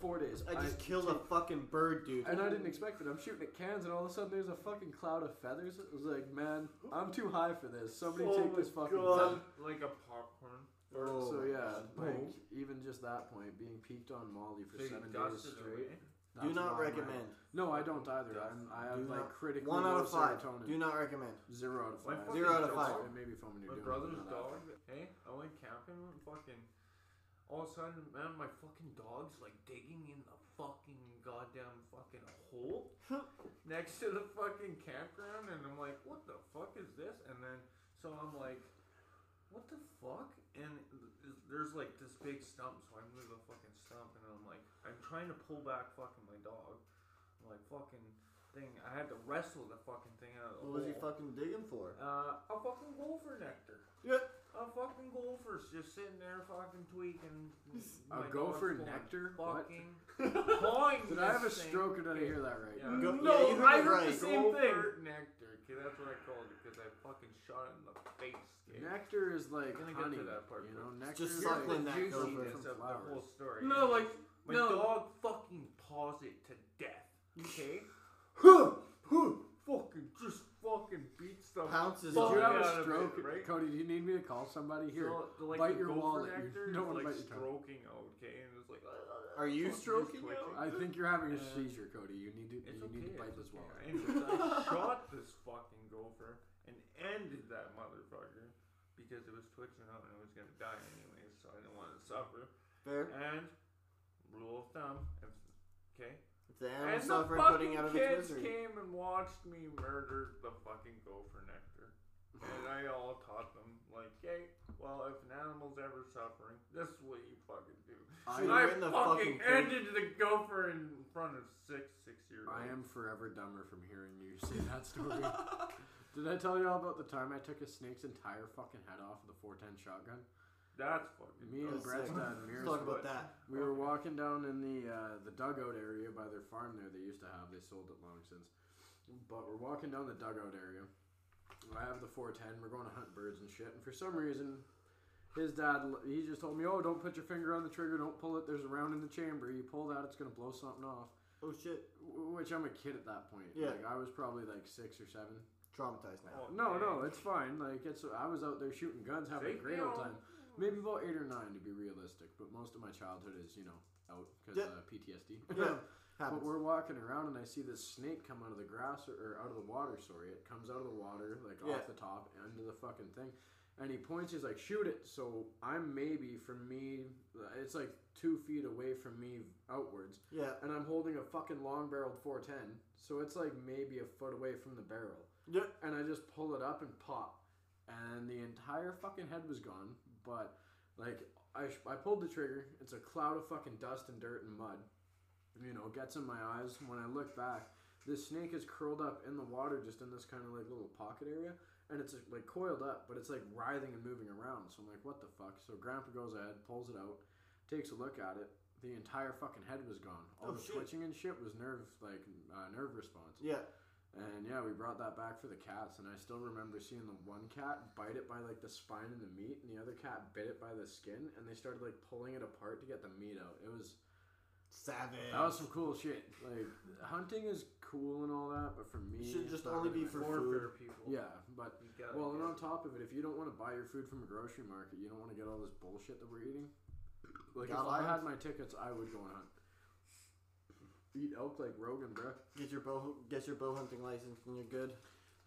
Speaker 4: four days.
Speaker 1: I just killed
Speaker 4: take-
Speaker 1: a fucking bird, dude.
Speaker 4: and I didn't expect it. I'm shooting at cans, and all of a sudden there's a fucking cloud of feathers. It was like, man, I'm too high for this. Somebody
Speaker 1: Oh
Speaker 4: take
Speaker 1: my
Speaker 4: this fucking.
Speaker 1: God.
Speaker 4: gun.
Speaker 3: like a popcorn.
Speaker 1: Oh.
Speaker 4: so yeah, like
Speaker 1: Oh.
Speaker 4: even just that point, being peaked on Molly for
Speaker 3: So you
Speaker 4: seven days
Speaker 3: dusted it
Speaker 4: straight.
Speaker 3: away.
Speaker 4: that's
Speaker 1: Do not
Speaker 4: why I'm
Speaker 1: recommend.
Speaker 4: like- No, I don't either. I'm, I have
Speaker 1: Do
Speaker 4: like
Speaker 1: not-
Speaker 4: critically
Speaker 1: One out
Speaker 4: low
Speaker 1: of five.
Speaker 4: serotonin.
Speaker 1: Do not recommend.
Speaker 4: Zero out of
Speaker 3: My
Speaker 4: five.
Speaker 3: fucking
Speaker 1: Zero out of
Speaker 3: dog-
Speaker 1: five.
Speaker 4: Maybe if I'm when you're
Speaker 3: My
Speaker 4: doing it,
Speaker 3: brother's
Speaker 4: not
Speaker 3: dog.
Speaker 4: after.
Speaker 3: Hey, I went camping with fucking. All of a sudden, man, my fucking dog's like digging in the fucking goddamn fucking hole next to the fucking campground, and I'm like, what the fuck is this? And then, so I'm like, what the fuck? And th- there's like this big stump, so I move the fucking stump, and I'm like, I'm trying to pull back fucking my dog. I'm like, fucking thing. I had to wrestle the fucking thing out of the
Speaker 1: What was he
Speaker 3: hole.
Speaker 1: fucking digging for?
Speaker 3: Uh, a fucking gopher nectar.
Speaker 1: Yeah.
Speaker 3: A fucking gopher's just sitting there fucking tweaking.
Speaker 4: A
Speaker 3: My
Speaker 4: gopher
Speaker 3: dog's going
Speaker 4: nectar? What?
Speaker 3: Fucking. pawing
Speaker 4: Did I
Speaker 3: this
Speaker 4: have a
Speaker 3: thing.
Speaker 4: stroke or did I hear that right?
Speaker 3: Yeah.
Speaker 1: Go-
Speaker 3: no,
Speaker 1: yeah, you heard
Speaker 3: I
Speaker 1: it
Speaker 3: heard
Speaker 1: right.
Speaker 3: the same
Speaker 2: Gopher
Speaker 3: thing. nectar. Okay, that's what I called it because I fucking shot it in the face. Okay?
Speaker 4: Nectar is like
Speaker 3: Gonna get
Speaker 4: honey.
Speaker 3: to that part
Speaker 4: you
Speaker 3: quick.
Speaker 4: know,
Speaker 1: It's
Speaker 4: nectar
Speaker 1: just
Speaker 4: is
Speaker 1: suckling
Speaker 4: like
Speaker 1: that
Speaker 4: juicy
Speaker 1: gopher
Speaker 4: from
Speaker 3: Juiciness of the
Speaker 4: flowers.
Speaker 3: whole story.
Speaker 2: No, like
Speaker 3: my
Speaker 2: no.
Speaker 3: dog fucking paws it to death. Okay, fucking just fucking beats the
Speaker 1: Pounces
Speaker 4: Did
Speaker 1: on
Speaker 4: you
Speaker 1: it.
Speaker 4: have
Speaker 3: out of
Speaker 4: a
Speaker 3: it,
Speaker 4: stroke,
Speaker 3: right?
Speaker 4: Cody? Do you need me to call somebody here?
Speaker 3: So, the, like
Speaker 4: bite
Speaker 3: the
Speaker 4: your
Speaker 3: gopher
Speaker 4: wallet. You
Speaker 3: nectar
Speaker 4: don't
Speaker 3: is,
Speaker 4: wanna
Speaker 3: like
Speaker 4: bite your tongue.
Speaker 3: stroking out, okay? And it's like,
Speaker 1: Are you
Speaker 3: fucking
Speaker 1: stroking
Speaker 3: twitching.
Speaker 1: out?
Speaker 4: I think you're having a
Speaker 3: Uh,
Speaker 4: seizure, Cody. You need to
Speaker 3: It's
Speaker 4: you
Speaker 3: okay.
Speaker 4: need to bite
Speaker 3: it's
Speaker 4: this
Speaker 3: okay.
Speaker 4: wallet.
Speaker 3: Anyways, I shot this fucking gopher and ended that motherfucker because it was twitching out and it was gonna die anyways, so I didn't want to suffer.
Speaker 1: Fair.
Speaker 3: And rule of thumb, if, okay,
Speaker 1: If the animal
Speaker 3: And the
Speaker 1: suffering
Speaker 3: fucking
Speaker 1: putting out of its
Speaker 3: kids
Speaker 1: misery.
Speaker 3: came and watched me murder the fucking gopher nectar. And I all taught them, like, hey, well, if an animal's ever suffering, this is what you fucking do.
Speaker 1: I
Speaker 3: And I
Speaker 1: written the fucking
Speaker 3: fucking
Speaker 1: code.
Speaker 3: ended the gopher in front of six, six year olds.
Speaker 4: I am forever dumber from hearing you say that story. Did I tell you all about the time I took a snake's entire fucking head off with a 410 shotgun?
Speaker 3: That's fucking.
Speaker 4: Me and
Speaker 1: That's
Speaker 4: Brett's
Speaker 1: sick.
Speaker 4: dad,
Speaker 1: Let's
Speaker 4: Mirror's
Speaker 1: talk about
Speaker 3: what-
Speaker 1: that.
Speaker 4: We were walking down in the uh, the dugout area by their farm there. They used to have. They sold it long since. But we're walking down the dugout area. I have the 410. We're going to hunt birds and shit. And for some reason, his dad l- he just told me, "Oh, don't put your finger on the trigger. Don't pull it. There's a round in the chamber. You pull that, it's gonna blow something off."
Speaker 1: Oh shit.
Speaker 4: W- Which I'm a kid at that point.
Speaker 1: Yeah.
Speaker 4: Like I was probably like six or seven.
Speaker 1: Traumatized now.
Speaker 3: Oh,
Speaker 4: No,
Speaker 3: man.
Speaker 4: no, it's fine. Like it's I was out there shooting guns, having
Speaker 3: Take
Speaker 4: a great
Speaker 3: me
Speaker 4: old
Speaker 3: home.
Speaker 4: time. Maybe about eight or nine to be realistic, but most of my childhood is you know out because
Speaker 1: Yeah.
Speaker 4: uh, PTSD.
Speaker 1: Yeah.
Speaker 4: but
Speaker 1: Happens.
Speaker 4: we're walking around and I see this snake come out of the grass or, or out of the water. Sorry, it comes out of the water like
Speaker 1: Yeah.
Speaker 4: off the top into the fucking thing, and he points. He's like, "Shoot it!" So I'm maybe from me, it's like two feet away from me outwards,
Speaker 1: yeah.
Speaker 4: and I'm holding a fucking long barreled 410. So it's like maybe a foot away from the barrel
Speaker 1: Yeah.
Speaker 4: and I just pull it up and pop, and the entire fucking head was gone. But like I, sh- I pulled the trigger. It's a cloud of fucking dust and dirt and mud. You know, gets in my eyes. When I look back, this snake is curled up in the water, just in this kind of like little pocket area, and it's like coiled up, but it's like writhing and moving around. So I'm like, what the fuck? So Grandpa goes ahead, pulls it out, takes a look at it. The entire fucking head was gone. All
Speaker 1: Oh,
Speaker 4: the
Speaker 1: shit.
Speaker 4: twitching and shit was nerve like uh, nerve response.
Speaker 1: Yeah.
Speaker 4: And yeah, we brought that back for the cats, and I still remember seeing the one cat bite it by like the spine and the meat, and the other cat bit it by the skin, and they started like pulling it apart to get the meat out. It was
Speaker 1: Savage.
Speaker 4: that was some cool shit. Like hunting is cool and all that, but for me,
Speaker 1: should
Speaker 4: it's
Speaker 1: just
Speaker 4: not
Speaker 1: only
Speaker 4: really
Speaker 1: be
Speaker 4: my-
Speaker 1: for
Speaker 3: Warfare people.
Speaker 4: yeah. But
Speaker 3: You gotta
Speaker 4: well, and
Speaker 3: get
Speaker 4: on top of it, if you don't want to buy your food from a grocery market, you don't want to get all this bullshit that we're eating. Like if
Speaker 1: Gotta
Speaker 4: I had
Speaker 1: hunt.
Speaker 4: my tickets, I would go and hunt. Eat elk like Rogan, bruh.
Speaker 1: Get your bow. Get your bow hunting license, and you're good.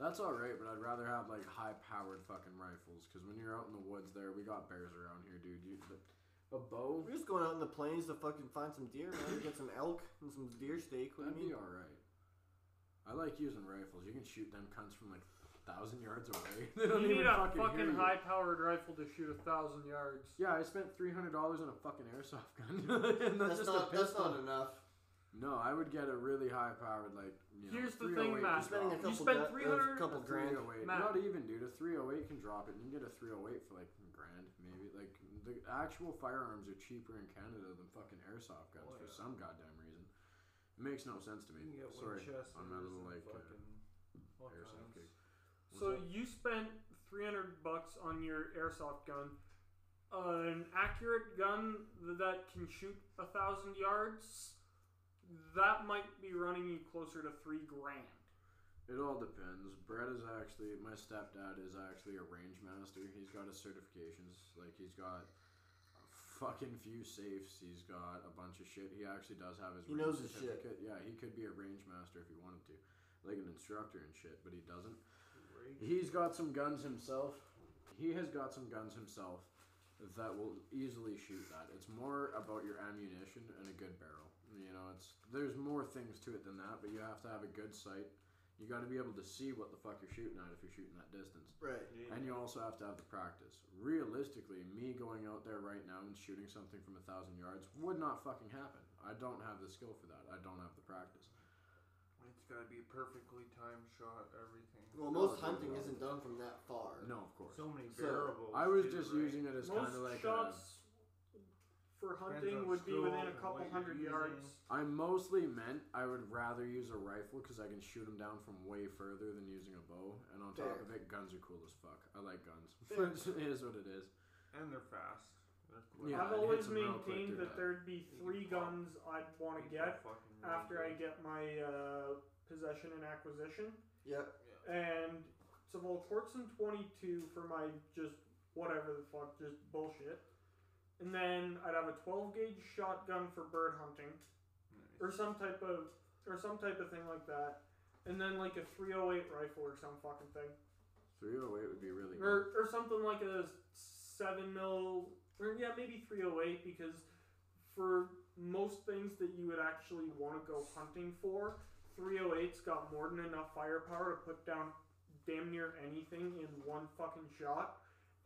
Speaker 4: That's all right, but I'd rather have like high powered fucking rifles because when you're out in the woods, there we got bears around here, dude. You, the, a bow,
Speaker 1: We're just going out in the plains to fucking find some deer, man. Get some elk and some deer steak. What
Speaker 4: that'd
Speaker 1: do
Speaker 4: be
Speaker 1: you mean?
Speaker 4: all right. I like using rifles. You can shoot them cunts from like thousand yards away. they don't
Speaker 2: You
Speaker 4: even
Speaker 2: need a
Speaker 4: fucking, hear
Speaker 2: fucking
Speaker 4: you.
Speaker 2: high powered rifle to shoot a thousand yards.
Speaker 4: Yeah, I spent three hundred dollars on a fucking airsoft gun, and that's, just
Speaker 1: That's, not.
Speaker 4: a
Speaker 1: That's
Speaker 4: pistol.
Speaker 1: not enough.
Speaker 4: no, I would get a really high powered like. You know,
Speaker 2: Here's the thing,
Speaker 4: 308
Speaker 2: Matt.
Speaker 4: can drop
Speaker 1: You're spending a couple.
Speaker 2: You spent
Speaker 1: da- uh,
Speaker 2: 300
Speaker 1: couple
Speaker 4: a
Speaker 1: grand.
Speaker 4: 308.
Speaker 2: Matt.
Speaker 4: Not even, dude. A 308 can drop it. You can get a 308 for like a grand, maybe. Like the actual firearms are cheaper in Canada than fucking airsoft guns
Speaker 3: Oh,
Speaker 4: for
Speaker 3: yeah.
Speaker 4: some goddamn reason. It makes no sense to
Speaker 3: You can
Speaker 4: me.
Speaker 3: get
Speaker 4: Sorry,
Speaker 3: Winchesters
Speaker 4: on my little
Speaker 3: and
Speaker 4: like uh,
Speaker 3: fucking all
Speaker 4: airsoft
Speaker 3: kinds.
Speaker 4: kick.
Speaker 2: So
Speaker 4: What's
Speaker 2: you spent 300 bucks on your airsoft gun. an accurate gun that can shoot a thousand yards, that might be running you closer to three grand.
Speaker 4: It all depends. Brett is actually my stepdad is actually a range master. He's got his certifications. Like he's got a fucking few safes. He's got a bunch of shit. He actually does have his
Speaker 1: He
Speaker 4: range
Speaker 1: knows his shit.
Speaker 4: certificate. Yeah, he could be a range master if he wanted to. Like an instructor and shit, but he doesn't.
Speaker 3: Great.
Speaker 4: He's got some guns himself. He has got some guns himself that will easily shoot that. It's more about your ammunition and a good barrel. You know, it's there's more things to it than that, but you have to have a good sight. You got to be able to see what the fuck you're shooting at if you're shooting that distance.
Speaker 1: Right.
Speaker 3: Yeah.
Speaker 4: And you also have to have the practice. Realistically, me going out there right now and shooting something from a thousand yards would not fucking happen. I don't have the skill for that. I don't have the practice.
Speaker 3: It's gotta be a perfectly timed shot, everything.
Speaker 1: Well,
Speaker 4: No,
Speaker 1: most
Speaker 4: it's
Speaker 1: hunting
Speaker 4: not.
Speaker 1: isn't done from that far.
Speaker 4: No, of course.
Speaker 3: So many
Speaker 1: So,
Speaker 3: variables.
Speaker 4: I was
Speaker 3: too,
Speaker 4: just
Speaker 3: right?
Speaker 4: using it as kind
Speaker 2: Most
Speaker 4: of like uh, a,
Speaker 2: shots for
Speaker 3: Depends
Speaker 2: hunting
Speaker 3: on
Speaker 2: would be
Speaker 3: school
Speaker 2: within a
Speaker 3: and
Speaker 2: couple
Speaker 3: what you're
Speaker 2: hundred
Speaker 3: using.
Speaker 2: yards.
Speaker 4: I mostly meant I would rather use a rifle because I can shoot them down from way further than using a bow. And on top
Speaker 1: Fair.
Speaker 4: of it, guns are cool as fuck. I like guns.
Speaker 1: Fair.
Speaker 4: it is what it is.
Speaker 3: And they're fast. They're
Speaker 4: Yeah, it
Speaker 2: I've
Speaker 4: hits
Speaker 2: always
Speaker 4: 'em real quick, dude.
Speaker 2: maintained that there'd be
Speaker 3: You can
Speaker 2: three
Speaker 3: pop-
Speaker 2: guns I'd want to get after I get my uh, possession and acquisition.
Speaker 1: Yep.
Speaker 2: and so Voltortzen 22 for my just whatever the fuck, just bullshit. And then I'd have a 12 gauge shotgun for bird hunting or some type of or some type of thing like that. And then like a 308 rifle or some fucking thing.
Speaker 4: 308 would be really good.
Speaker 1: Er,
Speaker 2: Or, or something like a 7 mil or yeah, maybe 308 because for most things that you would actually want to go hunting for, 308's got more than enough firepower to put down damn near anything in one fucking shot.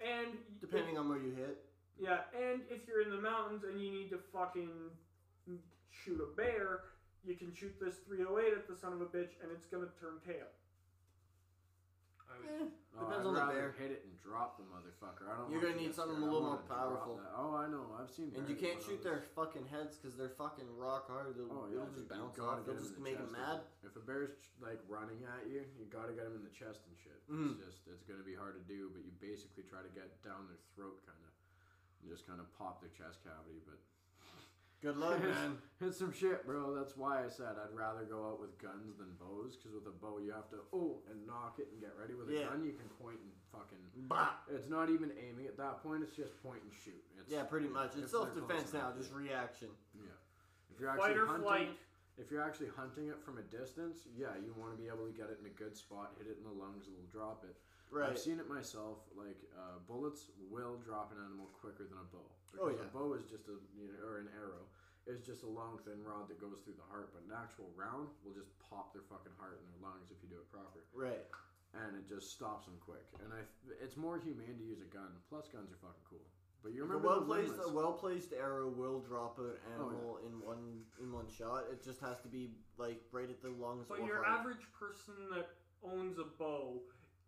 Speaker 2: And
Speaker 1: Depending on where you hit.
Speaker 2: yeah, and if you're in the mountains and you need to fucking shoot a bear, you can shoot this 308 at the son of a bitch and it's gonna turn tail.
Speaker 3: I would,
Speaker 1: Eh,
Speaker 4: Oh, I'd
Speaker 1: Depends on the
Speaker 4: rather
Speaker 1: bear.
Speaker 4: Hit it and drop the motherfucker. I don't.
Speaker 1: You're
Speaker 4: want to
Speaker 1: gonna need
Speaker 4: get
Speaker 1: something
Speaker 4: scared.
Speaker 1: a little
Speaker 4: I want
Speaker 1: more
Speaker 4: to drop
Speaker 1: powerful.
Speaker 4: that. Oh, I know. I've seen.
Speaker 1: And you
Speaker 4: bears
Speaker 1: can't
Speaker 4: when I
Speaker 1: shoot
Speaker 4: was-
Speaker 1: their fucking heads because they're fucking rock hard. They'll,
Speaker 4: Oh, yeah,
Speaker 1: it'll
Speaker 4: dude,
Speaker 1: just
Speaker 4: you
Speaker 1: bounce
Speaker 4: gotta
Speaker 1: off.
Speaker 4: get him
Speaker 1: It'll just
Speaker 4: in the
Speaker 1: make them
Speaker 4: chest.
Speaker 1: mad.
Speaker 4: If a bear's like running at you, you gotta get him in the chest and shit.
Speaker 1: Mhm.
Speaker 4: It's just it's gonna be hard to do, but you basically try to get down their throat, kind of, and just kind of pop their chest cavity. But
Speaker 1: Good luck, man.
Speaker 4: it's some shit, bro. That's why I said I'd rather go out with guns than bows, because with a bow you have to oh and knock it and get ready. With a
Speaker 1: Yeah.
Speaker 4: gun, you can point and fucking.
Speaker 1: Bah.
Speaker 4: It's not even aiming at that point. It's just point and shoot. It's,
Speaker 1: Yeah, pretty much.
Speaker 4: if
Speaker 1: It's
Speaker 4: they're
Speaker 1: self defense
Speaker 4: close
Speaker 1: now,
Speaker 4: enough,
Speaker 1: just
Speaker 4: yeah.
Speaker 1: reaction.
Speaker 4: if you're actually
Speaker 2: Fight or
Speaker 4: hunting,
Speaker 2: flight.
Speaker 4: If you're actually hunting it from a distance, yeah, you want to be able to get it in a good spot, hit it in the lungs, it'll drop it.
Speaker 1: Right.
Speaker 4: I've seen it myself. Like uh, bullets will drop an animal quicker than a bow.
Speaker 1: Oh,
Speaker 4: Because
Speaker 1: yeah.
Speaker 4: A bow is just a you know, or an arrow is just a long thin rod that goes through the heart, but an actual round will just pop their fucking heart and their lungs if you do it proper,
Speaker 1: Right.
Speaker 4: and it just stops them quick. And I, it's more humane to use a gun. Plus, guns are fucking cool. But you
Speaker 1: A
Speaker 4: remember
Speaker 1: well
Speaker 4: the Oh,
Speaker 1: placed
Speaker 4: limits.
Speaker 1: a well placed arrow will drop an animal in one in one shot. It just has to be like right at the lungs.
Speaker 2: But
Speaker 1: or
Speaker 2: your
Speaker 1: heart.
Speaker 2: average person that owns a bow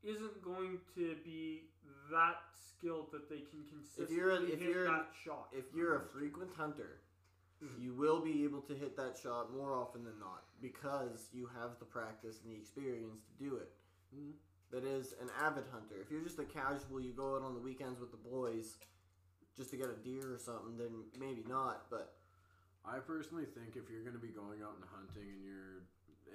Speaker 2: isn't going to be that skilled that they can consistently
Speaker 1: you're a- if
Speaker 2: hit
Speaker 1: you're an-
Speaker 2: that shot.
Speaker 1: if you're a frequent hunter,
Speaker 4: Mm-hmm.
Speaker 1: you will be able to hit that shot more often than not because you have the practice and the experience to do it.
Speaker 4: Mhm.
Speaker 1: That is an avid hunter. If you're just a casual, you go out on the weekends with the boys just to get a deer or something, then maybe not. But
Speaker 4: I personally think if you're going to be going out and hunting and you're,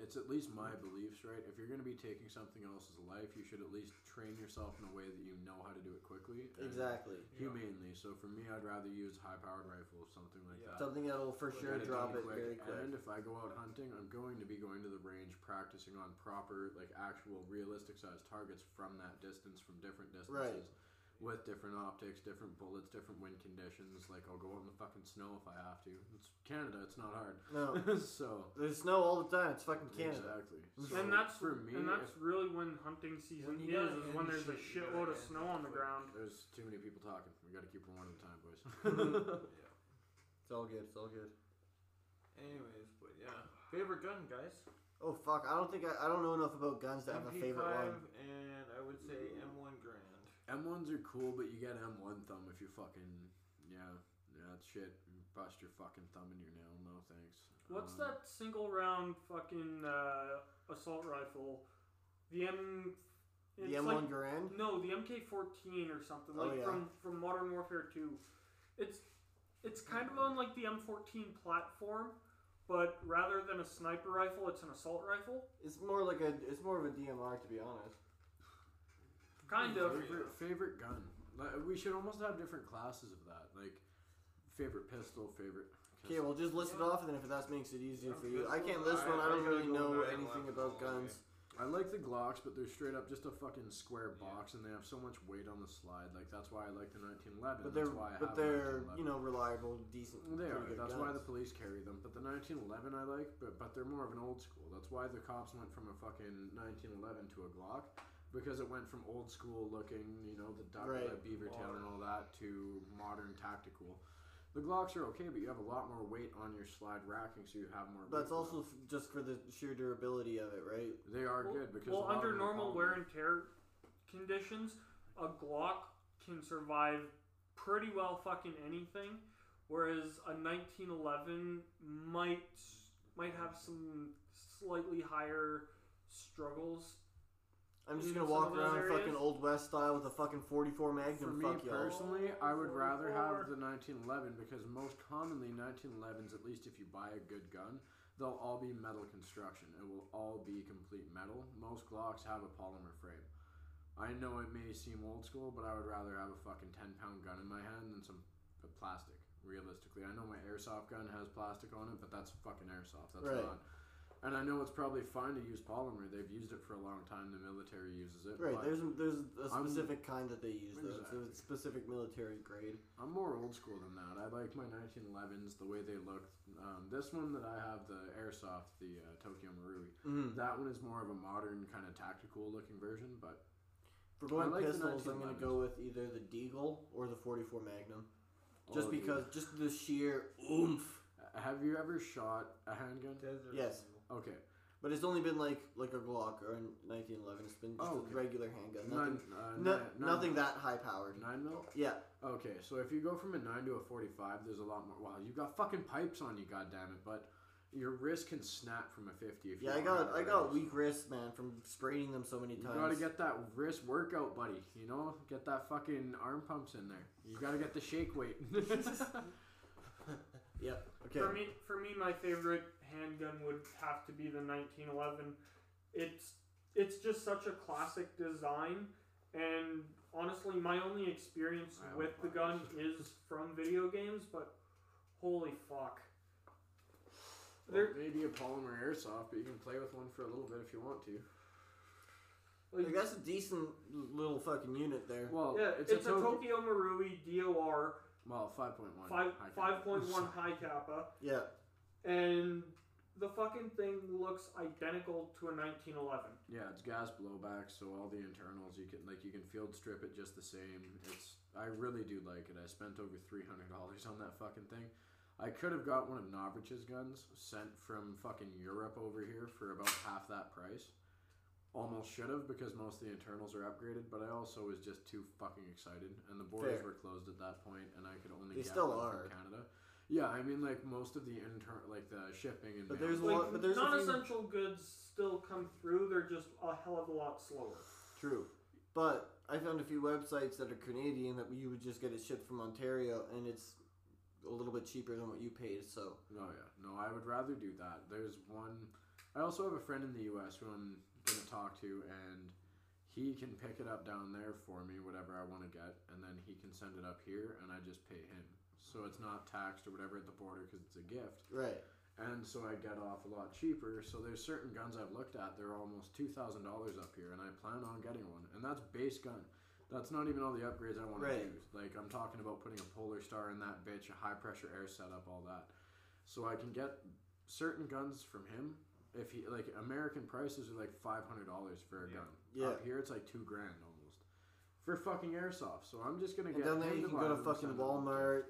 Speaker 4: it's at least my beliefs, right? If you're going to be taking something else's life, you should at least train yourself in a way that you know how to do it quickly. and
Speaker 1: exactly.
Speaker 4: Humanely. So for me, I'd rather use high powered rifle, something like
Speaker 3: Yeah.
Speaker 4: that.
Speaker 1: Something that'll for
Speaker 3: Like
Speaker 1: sure
Speaker 4: Get it
Speaker 1: drop
Speaker 4: done
Speaker 1: it very quick.
Speaker 4: And if I go out hunting, I'm going to be going to the range, practicing on proper, like actual realistic sized targets from that distance, from different
Speaker 1: Right.
Speaker 4: distances, with different optics, different bullets, different wind conditions. Like I'll go out in the fucking snow if I have to. It's Canada. It's not hard.
Speaker 1: No,
Speaker 4: so
Speaker 1: there's snow all the time. It's fucking Canada.
Speaker 4: exactly.
Speaker 1: Mhm.
Speaker 4: So
Speaker 2: and that's
Speaker 4: for me.
Speaker 2: and that's
Speaker 4: if
Speaker 2: really when hunting season
Speaker 3: When you
Speaker 2: is,
Speaker 3: gotta
Speaker 2: is
Speaker 3: end
Speaker 2: when there's a
Speaker 3: shit, you gotta
Speaker 2: shitload of
Speaker 3: end
Speaker 2: snow on the
Speaker 3: quick.
Speaker 2: ground.
Speaker 4: there's too many people talking. We got to keep them one at a time, boys.
Speaker 3: yeah.
Speaker 1: It's all good. It's all good.
Speaker 3: Anyways, but yeah. Favorite gun, guys?
Speaker 1: Oh fuck! I don't think I, I don't know enough about guns to have a favorite one.
Speaker 3: And I would say M1 Grand.
Speaker 4: M1s are cool, but you get M1 thumb if you fucking yeah yeah that shit. You bust your fucking thumb in your nail. No thanks.
Speaker 2: What's
Speaker 4: Um,
Speaker 2: that single round fucking uh, assault rifle? The M.
Speaker 1: The
Speaker 2: it's
Speaker 1: M1
Speaker 2: like-
Speaker 1: Garand.
Speaker 2: No, the MK14 or something
Speaker 1: Oh,
Speaker 2: like
Speaker 1: yeah.
Speaker 2: from from Modern Warfare 2. It's it's kind of on like the M14 platform, but rather than a sniper rifle, it's an assault rifle.
Speaker 1: It's more like a it's more of a DMR to be honest.
Speaker 2: Kind of.
Speaker 4: Favorite, favorite gun. Like, we should almost have different classes of that. Like favorite pistol, favorite.
Speaker 1: Okay, well just list it off, and then if that makes it easier
Speaker 3: Yeah,
Speaker 1: for you, I can't
Speaker 3: pistols,
Speaker 1: list one.
Speaker 3: I-
Speaker 1: I don't
Speaker 3: I gotta
Speaker 1: really
Speaker 3: go
Speaker 1: know
Speaker 3: 9/11
Speaker 1: anything
Speaker 3: all
Speaker 1: about
Speaker 3: the way.
Speaker 1: guns.
Speaker 4: I like the Glocks, but they're straight up just a fucking square
Speaker 3: Yeah.
Speaker 4: box, and they have so much weight on the slide. Like that's why I like the 1911.
Speaker 1: But they're
Speaker 4: that's why I
Speaker 1: but
Speaker 4: have
Speaker 1: they're
Speaker 4: 1911.
Speaker 1: you know reliable, decent,
Speaker 4: They
Speaker 1: pretty
Speaker 4: are.
Speaker 1: good
Speaker 4: That's
Speaker 1: guns.
Speaker 4: why the police carry them. But the 1911 I like, but but they're more of an old school. That's why the cops went from a fucking 1911 to a Glock, because it went from old school looking, you know, the duck, the
Speaker 1: Right.
Speaker 4: beaver tail, and all that, to modern tactical. The Glocks are okay, but you have a lot more weight on your slide racking, so you have more.
Speaker 1: That's
Speaker 4: recoil.
Speaker 1: also f- just for the sheer durability of it, right?
Speaker 4: they are
Speaker 2: Well-
Speaker 4: good because a
Speaker 2: well,
Speaker 4: lot
Speaker 2: under
Speaker 4: of them are
Speaker 2: normal
Speaker 4: polymer.
Speaker 2: wear and tear conditions, a Glock can survive pretty well fucking anything, whereas a 1911 might might have some slightly higher struggles.
Speaker 1: I'm just
Speaker 2: In
Speaker 1: gonna
Speaker 2: some
Speaker 1: walk
Speaker 2: of those
Speaker 1: around
Speaker 2: areas?
Speaker 1: fucking old west style with a fucking 44
Speaker 4: For
Speaker 1: Magnum.
Speaker 4: me
Speaker 1: Fuck y'all.
Speaker 4: personally, I would rather have
Speaker 3: 44.
Speaker 4: the 1911 because most commonly 1911s, at least if you buy a good gun, they'll all be metal construction. It will all be complete metal. Most Glocks have a polymer frame. I know it may seem old school, but I would rather have a fucking 10 pound gun in my hand than some uh, p- plastic. Realistically, I know my airsoft gun has plastic on it, but that's fucking airsoft. That's
Speaker 1: Right.
Speaker 4: not. And I know it's probably fine to use polymer. They've used it for a long time. The military uses it.
Speaker 1: Right,
Speaker 4: but
Speaker 1: there's a, there's a
Speaker 4: I'm-
Speaker 1: specific kind that they use, though.
Speaker 4: Exactly.
Speaker 1: It's a specific military grade.
Speaker 4: I'm more old school than that. I like my 1911s, the way they look. Um, this one that I have, the airsoft, the uh, Tokyo Marui.
Speaker 1: Mm.
Speaker 4: That one is more of a modern kind of tactical looking version, but
Speaker 1: For going
Speaker 4: like the
Speaker 1: pistols, I'm going
Speaker 4: 1911s.
Speaker 1: to go with either the Deagle or the 44 Magnum. Just
Speaker 4: Oh, dude.
Speaker 1: because, just the sheer oomph.
Speaker 4: Uh, Have you ever shot a handgun?
Speaker 3: Desert
Speaker 1: Yes.
Speaker 3: Eagle.
Speaker 4: Okay.
Speaker 1: But it's only been like like a Glock or a 1911. It's been just
Speaker 4: Oh, okay.
Speaker 1: a regular handgun. Nothing,
Speaker 4: Nine, uh,
Speaker 1: no,
Speaker 4: nine-
Speaker 1: nothing that high powered.
Speaker 4: Nine mil.
Speaker 1: Yeah,
Speaker 4: Okay, so if you go from a nine to a forty-five, there's a lot more. Wow, you got fucking pipes on you, goddammit, But your wrist can snap from a fifty. If
Speaker 1: yeah.
Speaker 4: you
Speaker 1: I got I got
Speaker 4: weak.
Speaker 1: weak wrists, man, from spraining them so many
Speaker 4: You
Speaker 1: times.
Speaker 4: gotta get that wrist workout, buddy. You know, get that fucking arm pumps in there. You gotta get the shake weight.
Speaker 1: Yep. Okay.
Speaker 2: For me, for me, my favorite handgun would have to be the 1911. It's it's just such a classic design, and honestly, my only experience
Speaker 4: I
Speaker 2: with the
Speaker 4: like
Speaker 2: gun is from video games. But holy fuck,
Speaker 4: Well,
Speaker 2: There-
Speaker 4: maybe a polymer airsoft, but you can play with one for a little bit if you want to.
Speaker 1: Like, that's a decent little fucking unit there.
Speaker 4: Well,
Speaker 2: yeah,
Speaker 4: it's, a, Tokyo.
Speaker 2: Tokyo Marui DOR
Speaker 4: well, five point one.
Speaker 2: five five point one high kappa,
Speaker 1: Yeah.
Speaker 2: and the fucking thing looks identical to a 1911.
Speaker 4: Yeah, it's gas blowback, so all the internals you can like you can field strip it just the same. It's I really do like it. I spent over three hundred dollars on that fucking thing. I could have got one of Novrich's guns sent from fucking Europe over here for about half that price. Almost should have because most of the internals are upgraded, but I also was just too fucking excited, and the borders
Speaker 1: Fair.
Speaker 4: were closed at that point, and I could only
Speaker 1: They
Speaker 4: get
Speaker 1: still
Speaker 4: one
Speaker 1: are.
Speaker 4: from Canada. Yeah, I mean like most of the inter like the shipping and
Speaker 1: But
Speaker 4: mail-
Speaker 1: there's a
Speaker 2: Like,
Speaker 1: lot- but there's a few-
Speaker 2: non-essential goods still come through. They're just a hell of a lot slower.
Speaker 1: True. But I found a few websites that are Canadian that you would just get it shipped from Ontario, and it's a little bit cheaper than what you paid. So
Speaker 4: Oh yeah, no, I would rather do that. There's one. I also have a friend in the U.S. who I'm gonna talk to, and he can pick it up down there for me, whatever I want to get, and then he can send it up here, and I just pay him. So it's not taxed or whatever at the border because it's a gift,
Speaker 1: right.
Speaker 4: and so I get off a lot cheaper. So there's certain guns I've looked at; they're almost two thousand dollars up here, and I plan on getting one, and that's base gun. That's not even all the upgrades I want to
Speaker 1: Right.
Speaker 4: do. Like I'm talking about putting a Polar Star in that bitch, a high pressure air setup, all that so I can get certain guns from him. If he like American prices are like five hundred dollars for a
Speaker 3: Yeah.
Speaker 4: gun.
Speaker 1: Yeah.
Speaker 4: Up here it's like two grand almost for fucking airsoft. So I'm just gonna
Speaker 1: And
Speaker 4: get
Speaker 1: down there
Speaker 4: him
Speaker 1: you can
Speaker 4: buy
Speaker 1: go to
Speaker 4: them,
Speaker 1: fucking
Speaker 4: send them up there.
Speaker 1: Walmart,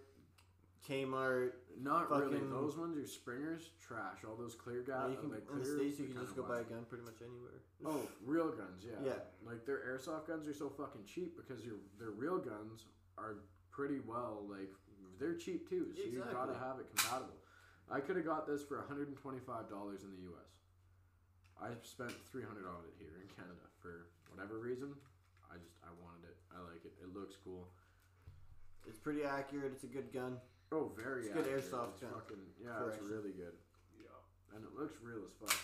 Speaker 1: Kmart.
Speaker 4: Not really.
Speaker 1: fucking-
Speaker 4: Those ones are Springers trash. All those clear
Speaker 1: Yeah,
Speaker 4: guys.
Speaker 1: you can,
Speaker 4: like
Speaker 1: in the
Speaker 4: clear,
Speaker 1: states you
Speaker 4: they're
Speaker 1: can just
Speaker 4: kinda
Speaker 1: go buy a
Speaker 4: whack.
Speaker 1: gun pretty much anywhere.
Speaker 4: Oh, real guns, yeah.
Speaker 1: Yeah.
Speaker 4: Like their airsoft guns are so fucking cheap because your their real guns are pretty well like they're cheap too, so you gotta
Speaker 1: Exactly.
Speaker 4: have it compatible. I could have got this for hundred and twenty five dollars in the US. I spent three hundred on it here in Canada for whatever reason. I just I wanted it. I like it. It looks cool.
Speaker 1: It's pretty accurate. It's a good gun.
Speaker 4: Oh, very
Speaker 1: It's good
Speaker 4: accurate.
Speaker 1: airsoft
Speaker 4: It's
Speaker 1: gun.
Speaker 4: Fucking, yeah, it's
Speaker 1: Correction.
Speaker 4: really good.
Speaker 3: Yeah.
Speaker 4: and it looks real as fuck.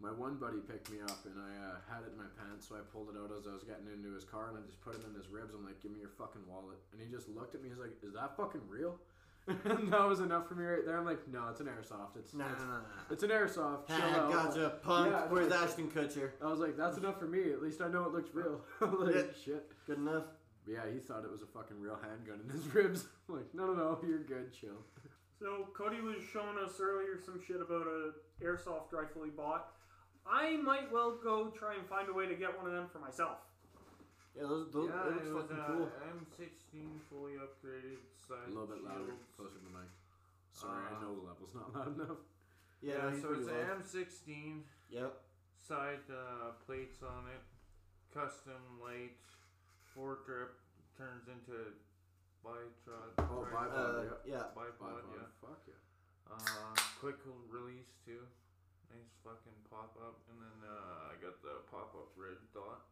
Speaker 4: My one buddy picked me up, and I uh, had it in my pants, so I pulled it out as I was getting into his car, and I just put it in his ribs. I'm like, "Give me your fucking wallet," and he just looked at me. He's like, "Is that fucking real?" and that was enough for me right there. I'm like, "No, it's an airsoft. It's
Speaker 1: Nah, nah,
Speaker 4: it's,
Speaker 1: nah,
Speaker 4: it's an airsoft."
Speaker 1: nah.
Speaker 4: Chill
Speaker 1: Ah,
Speaker 4: out."
Speaker 1: gotcha, punk.
Speaker 4: Yeah, it's
Speaker 1: Where's
Speaker 4: like-
Speaker 1: Ashton Kutcher?
Speaker 4: I was like, "That's enough for me. At least I know it looks real." like
Speaker 1: Yeah.
Speaker 4: shit.
Speaker 1: Good enough.
Speaker 4: But yeah, he thought it was a fucking real handgun in his ribs. I'm like, no, no, no, you're good. Chill.
Speaker 2: So Cody was showing us earlier some shit about a airsoft rifle he bought. I might well go try and find a way to get one of them for myself.
Speaker 1: Yeah, those, those
Speaker 3: yeah,
Speaker 1: it looks
Speaker 3: it was
Speaker 1: fucking
Speaker 3: uh,
Speaker 1: cool.
Speaker 3: M16 fully upgraded
Speaker 4: A
Speaker 3: side
Speaker 4: little bit louder,
Speaker 3: shields.
Speaker 4: closer to the mic. Sorry, I
Speaker 3: Uh,
Speaker 4: know the level's not loud enough.
Speaker 1: Yeah,
Speaker 3: yeah
Speaker 1: no, he's
Speaker 3: so
Speaker 1: pretty
Speaker 3: it's
Speaker 1: low.
Speaker 3: an M16
Speaker 1: Yep.
Speaker 3: side uh, plates on it, custom light, forward grip turns into bitrod.
Speaker 4: Oh,
Speaker 3: tri-
Speaker 4: bipod.
Speaker 1: Uh,
Speaker 4: yep.
Speaker 1: yeah.
Speaker 3: bipod,
Speaker 4: Bipod,
Speaker 3: yeah.
Speaker 4: Fuck yeah.
Speaker 3: Uh, quick release too. Nice fucking pop up, and then uh, I got the pop up red dot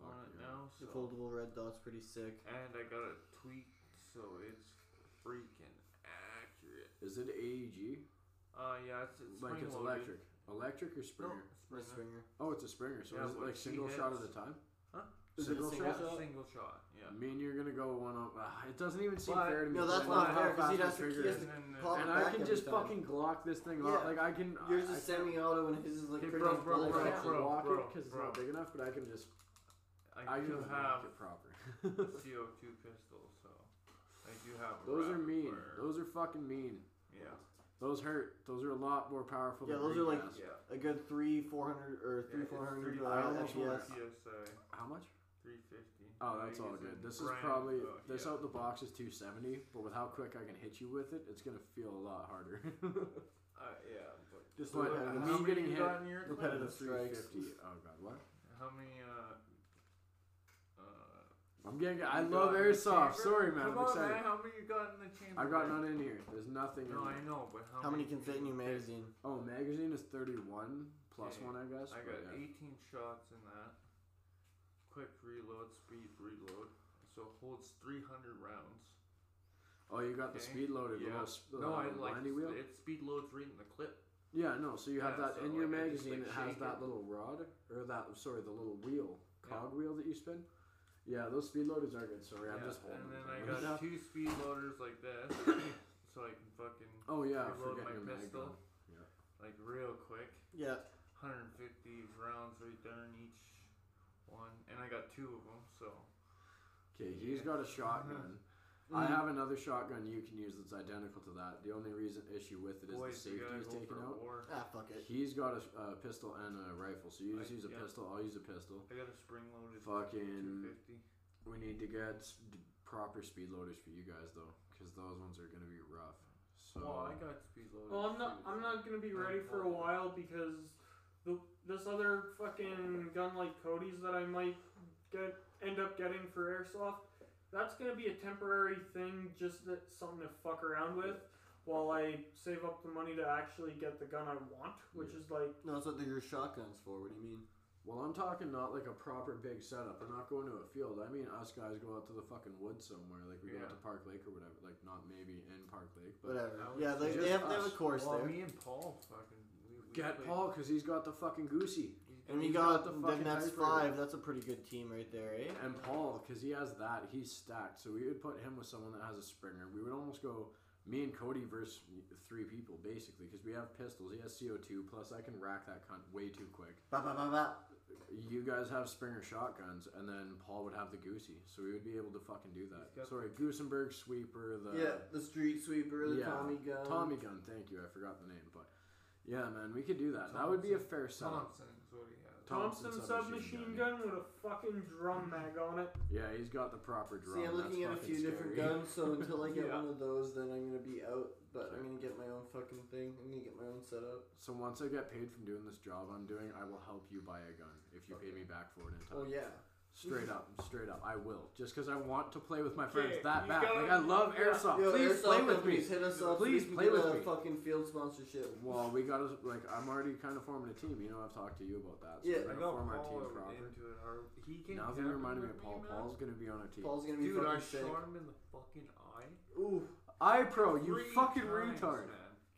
Speaker 4: Fuck
Speaker 3: on it
Speaker 4: yeah.
Speaker 3: now.
Speaker 1: The
Speaker 3: So.
Speaker 1: foldable red dot's pretty sick.
Speaker 3: And I got a tweak, so it's freaking accurate.
Speaker 4: Is it AEG?
Speaker 3: Uh, yeah, it's, it's
Speaker 4: like
Speaker 3: spring
Speaker 4: it's
Speaker 3: loaded.
Speaker 4: electric. Electric or
Speaker 3: No,
Speaker 4: Springer?
Speaker 1: The
Speaker 3: Springer.
Speaker 1: Springer.
Speaker 4: Oh, it's a Springer. So
Speaker 3: Yeah,
Speaker 4: is it
Speaker 3: but
Speaker 4: like
Speaker 3: she
Speaker 4: single shot at
Speaker 3: hits-
Speaker 4: a time?
Speaker 3: Huh?
Speaker 1: Is it a
Speaker 4: Single
Speaker 1: single
Speaker 4: shot?
Speaker 1: shot?
Speaker 3: Single shot. Yeah. Yeah.
Speaker 4: Me and you're gonna go one on. Uh, it doesn't even seem
Speaker 3: But-
Speaker 4: fair to me.
Speaker 1: No,
Speaker 4: I
Speaker 1: that's not
Speaker 4: love how
Speaker 1: fair, 'cause he'd
Speaker 4: fast the
Speaker 1: have to-
Speaker 4: trigger
Speaker 1: he
Speaker 4: is.
Speaker 1: has to
Speaker 3: then uh,
Speaker 1: call
Speaker 4: and
Speaker 1: it back
Speaker 4: I can
Speaker 1: every
Speaker 4: just
Speaker 1: time.
Speaker 4: fucking Glock this thing
Speaker 1: Yeah.
Speaker 4: off. Like I can.
Speaker 1: Yours
Speaker 4: I, I,
Speaker 1: is semi-auto and his is like
Speaker 3: Hey,
Speaker 1: pretty
Speaker 3: bro,
Speaker 1: much
Speaker 3: bro,
Speaker 1: bullet
Speaker 3: bro,
Speaker 1: action.
Speaker 4: bro, walk
Speaker 3: bro,
Speaker 4: it because it's
Speaker 3: bro.
Speaker 4: not big enough, but I can just
Speaker 3: I,
Speaker 4: I,
Speaker 3: do
Speaker 4: can
Speaker 3: have
Speaker 4: it proper.
Speaker 3: a CO2 pistol, so I do have. A
Speaker 4: Those are
Speaker 3: rapid
Speaker 4: mean.
Speaker 3: fire.
Speaker 4: Those are fucking mean.
Speaker 3: Yeah.
Speaker 4: Those hurt. Those are a lot more powerful. than
Speaker 1: Yeah, those are like-
Speaker 4: green gas.
Speaker 3: Yeah.
Speaker 1: A good three, four hundred or
Speaker 3: yeah,
Speaker 1: three,
Speaker 3: it's
Speaker 1: four hundred
Speaker 3: three- I
Speaker 1: uh,
Speaker 3: almost want
Speaker 1: FPS.
Speaker 3: a PSI
Speaker 4: how much? Oh,
Speaker 3: 350. I
Speaker 4: that's
Speaker 3: think
Speaker 4: all
Speaker 3: it's
Speaker 4: good.
Speaker 3: in
Speaker 4: This is
Speaker 3: brand-
Speaker 4: probably
Speaker 3: oh,
Speaker 4: this
Speaker 3: yeah.
Speaker 4: out the box is 270, but with how quick I can hit you with it, it's gonna feel a lot harder.
Speaker 3: Uh, yeah, but
Speaker 1: Just
Speaker 4: But, uh,
Speaker 1: look
Speaker 4: me
Speaker 1: at it.
Speaker 3: how
Speaker 1: How
Speaker 3: many
Speaker 4: getting
Speaker 3: you
Speaker 4: hit
Speaker 3: got in your
Speaker 1: repetitive
Speaker 3: clinic?
Speaker 1: Competitive strikes.
Speaker 4: 350. Oh god, what?
Speaker 3: How many? Uh, uh,
Speaker 4: I'm getting. I
Speaker 3: you
Speaker 4: love
Speaker 3: got in the
Speaker 4: airsoft.
Speaker 3: chamber?
Speaker 4: Sorry, man.
Speaker 3: Come
Speaker 4: I'm
Speaker 3: on,
Speaker 4: excited.
Speaker 3: man. How many you got in the chamber?
Speaker 4: I've got
Speaker 3: man?
Speaker 4: none in here. There's nothing.
Speaker 3: No,
Speaker 4: in
Speaker 3: I
Speaker 4: here.
Speaker 3: know, but how,
Speaker 1: How many can
Speaker 3: do
Speaker 1: fit in
Speaker 3: you
Speaker 1: your
Speaker 3: pick?
Speaker 1: magazine?
Speaker 4: Oh, magazine is 31 plus
Speaker 3: Okay.
Speaker 4: one, I guess.
Speaker 3: I
Speaker 4: but
Speaker 3: got
Speaker 4: yeah.
Speaker 3: 18 shots in that. Quick reload, speed reload. So it holds 300 rounds.
Speaker 4: Oh, you got the
Speaker 3: Okay.
Speaker 4: speed loaded. the
Speaker 3: Yeah.
Speaker 4: little sp-
Speaker 3: no,
Speaker 4: uh,
Speaker 3: I like
Speaker 4: windy wheel.
Speaker 3: it. Speed loads right in the clip.
Speaker 4: Yeah, no. So you have
Speaker 3: Yeah,
Speaker 4: that
Speaker 3: so,
Speaker 4: in your
Speaker 3: like, I just,
Speaker 4: magazine.
Speaker 3: like,
Speaker 4: it has
Speaker 3: shake
Speaker 4: that
Speaker 3: it.
Speaker 4: little rod or that sorry, the little wheel,
Speaker 3: Yeah.
Speaker 4: cog wheel that you spin. Yeah, those speed loaders are good. Sorry, I'm
Speaker 3: Yeah,
Speaker 4: just holding.
Speaker 3: and then I
Speaker 4: them.
Speaker 3: got two speed loaders like this, so I can fucking
Speaker 4: Oh yeah, I
Speaker 3: reload
Speaker 4: forget
Speaker 3: my
Speaker 4: your mag
Speaker 3: pistol
Speaker 4: gun.
Speaker 3: like real quick.
Speaker 1: Yeah.
Speaker 3: 150 rounds right there in each one, and I got two of them. So
Speaker 4: Okay, he's
Speaker 3: Yeah.
Speaker 4: got a shotgun. I have another shotgun you can use that's identical to that. The only reason issue with it is
Speaker 3: boys,
Speaker 4: the
Speaker 3: we
Speaker 4: safety
Speaker 3: gotta
Speaker 4: is
Speaker 3: go
Speaker 4: taken
Speaker 3: for a
Speaker 4: out.
Speaker 3: war.
Speaker 1: Ah, fuck it.
Speaker 4: He's got a sh- uh, pistol and a rifle, so you just
Speaker 3: I-
Speaker 4: use a
Speaker 3: yeah.
Speaker 4: pistol. I'll use a pistol.
Speaker 3: I got a spring loaded
Speaker 4: Fucking,
Speaker 3: 250.
Speaker 4: we need to get s- d- proper speed loaders for you guys though, because those ones are gonna be rough. So
Speaker 3: Well, I got speed loaded.
Speaker 2: Well, I'm not.
Speaker 3: too,
Speaker 2: I'm
Speaker 3: so-
Speaker 2: not gonna be ready for a while because the this other fucking gun like Cody's that I might get end up getting for airsoft. That's gonna be a temporary thing, just that something to fuck around with while I save up the money to actually get the gun I want, which is like
Speaker 1: No, that's what they're your shotguns for. What do you mean?
Speaker 4: Well, I'm talking not like a proper big setup. We're not going to a field. I mean, us guys go out to the fucking woods somewhere, like we go out
Speaker 3: Yeah.
Speaker 4: to Park Lake or whatever. Like not maybe in Park Lake, but
Speaker 1: Whatever.
Speaker 3: Alex,
Speaker 1: Yeah, they,
Speaker 4: just
Speaker 1: they have they have a
Speaker 4: us.
Speaker 1: course
Speaker 3: Well,
Speaker 1: there.
Speaker 3: me and Paul fucking. We, we
Speaker 4: get
Speaker 3: played-
Speaker 4: Paul because he's got the fucking goosey,
Speaker 3: he's
Speaker 1: And
Speaker 4: he's
Speaker 1: you
Speaker 4: got
Speaker 1: got,
Speaker 4: the
Speaker 1: then
Speaker 4: fucking
Speaker 1: that's
Speaker 4: typewriter.
Speaker 1: five. That's a pretty good team right there, eh?
Speaker 4: and Paul because he has that. He's stacked. So we would put him with someone that has a Springer. We would almost go me and Cody versus three people basically because we have pistols. He has CO2 plus I can rack that cunt way too quick.
Speaker 1: Ba, ba, ba, ba.
Speaker 4: You guys have Springer shotguns, and then Paul would have the Goosey, so we would be able to fucking do
Speaker 3: He's
Speaker 4: that.
Speaker 3: got
Speaker 4: Sorry, Goosenberg sweeper, the
Speaker 1: yeah, the street sweeper, the
Speaker 4: Yeah,
Speaker 1: Tommy gun.
Speaker 4: Tommy gun. Thank you, I forgot the name, but yeah, man, we could do that. That would be a fair setup.
Speaker 3: Thompson is what he has.
Speaker 4: Thompson
Speaker 2: Thompson,
Speaker 4: submachine
Speaker 2: submachine gun with a fucking drum mag on it.
Speaker 4: Yeah, he's got the proper drum.
Speaker 1: See, I'm
Speaker 4: That's
Speaker 1: looking at a
Speaker 4: fucking
Speaker 1: few different
Speaker 4: scary.
Speaker 1: guns, so until I get
Speaker 3: Yeah.
Speaker 1: one of those, then I'm gonna be out. But
Speaker 4: Okay.
Speaker 1: I'm gonna get my own fucking thing. I'm gonna get my own setup.
Speaker 4: So once I get paid from doing this job I'm doing, I will help you buy a gun if you pay me back for it in time.
Speaker 1: Oh yeah.
Speaker 4: Straight up, straight up, I will. Just because I want to play with my friends
Speaker 3: Yeah,
Speaker 4: that
Speaker 3: you
Speaker 4: bad.
Speaker 3: gotta-
Speaker 4: Like I love
Speaker 3: yeah.
Speaker 4: airsoft.
Speaker 1: Yo,
Speaker 4: Oh, Please
Speaker 1: airsoft
Speaker 4: play with me.
Speaker 1: companies, Hit us up.
Speaker 4: Please
Speaker 1: we can
Speaker 4: play
Speaker 1: get
Speaker 4: with
Speaker 1: a
Speaker 4: me.
Speaker 1: Fucking field sponsorship.
Speaker 4: Well, we gotta like I'm already kind of forming a team. You know, I've talked to you about that. So
Speaker 1: Yeah.
Speaker 4: we're
Speaker 3: I
Speaker 4: gonna
Speaker 3: know
Speaker 4: form our
Speaker 3: Paul
Speaker 4: team
Speaker 3: would
Speaker 4: proper.
Speaker 3: into it hard. He can
Speaker 4: Now that
Speaker 3: captain
Speaker 4: you reminded me
Speaker 3: with
Speaker 4: of Paul,
Speaker 3: man.
Speaker 4: Paul's gonna be on our team.
Speaker 1: Paul's gonna be
Speaker 3: Dude, I
Speaker 1: fucking
Speaker 3: shot
Speaker 1: sick.
Speaker 3: him in the fucking eye.
Speaker 1: Ooh,
Speaker 4: I pro, you
Speaker 3: Three
Speaker 4: fucking
Speaker 3: times,
Speaker 4: retard.
Speaker 3: Man.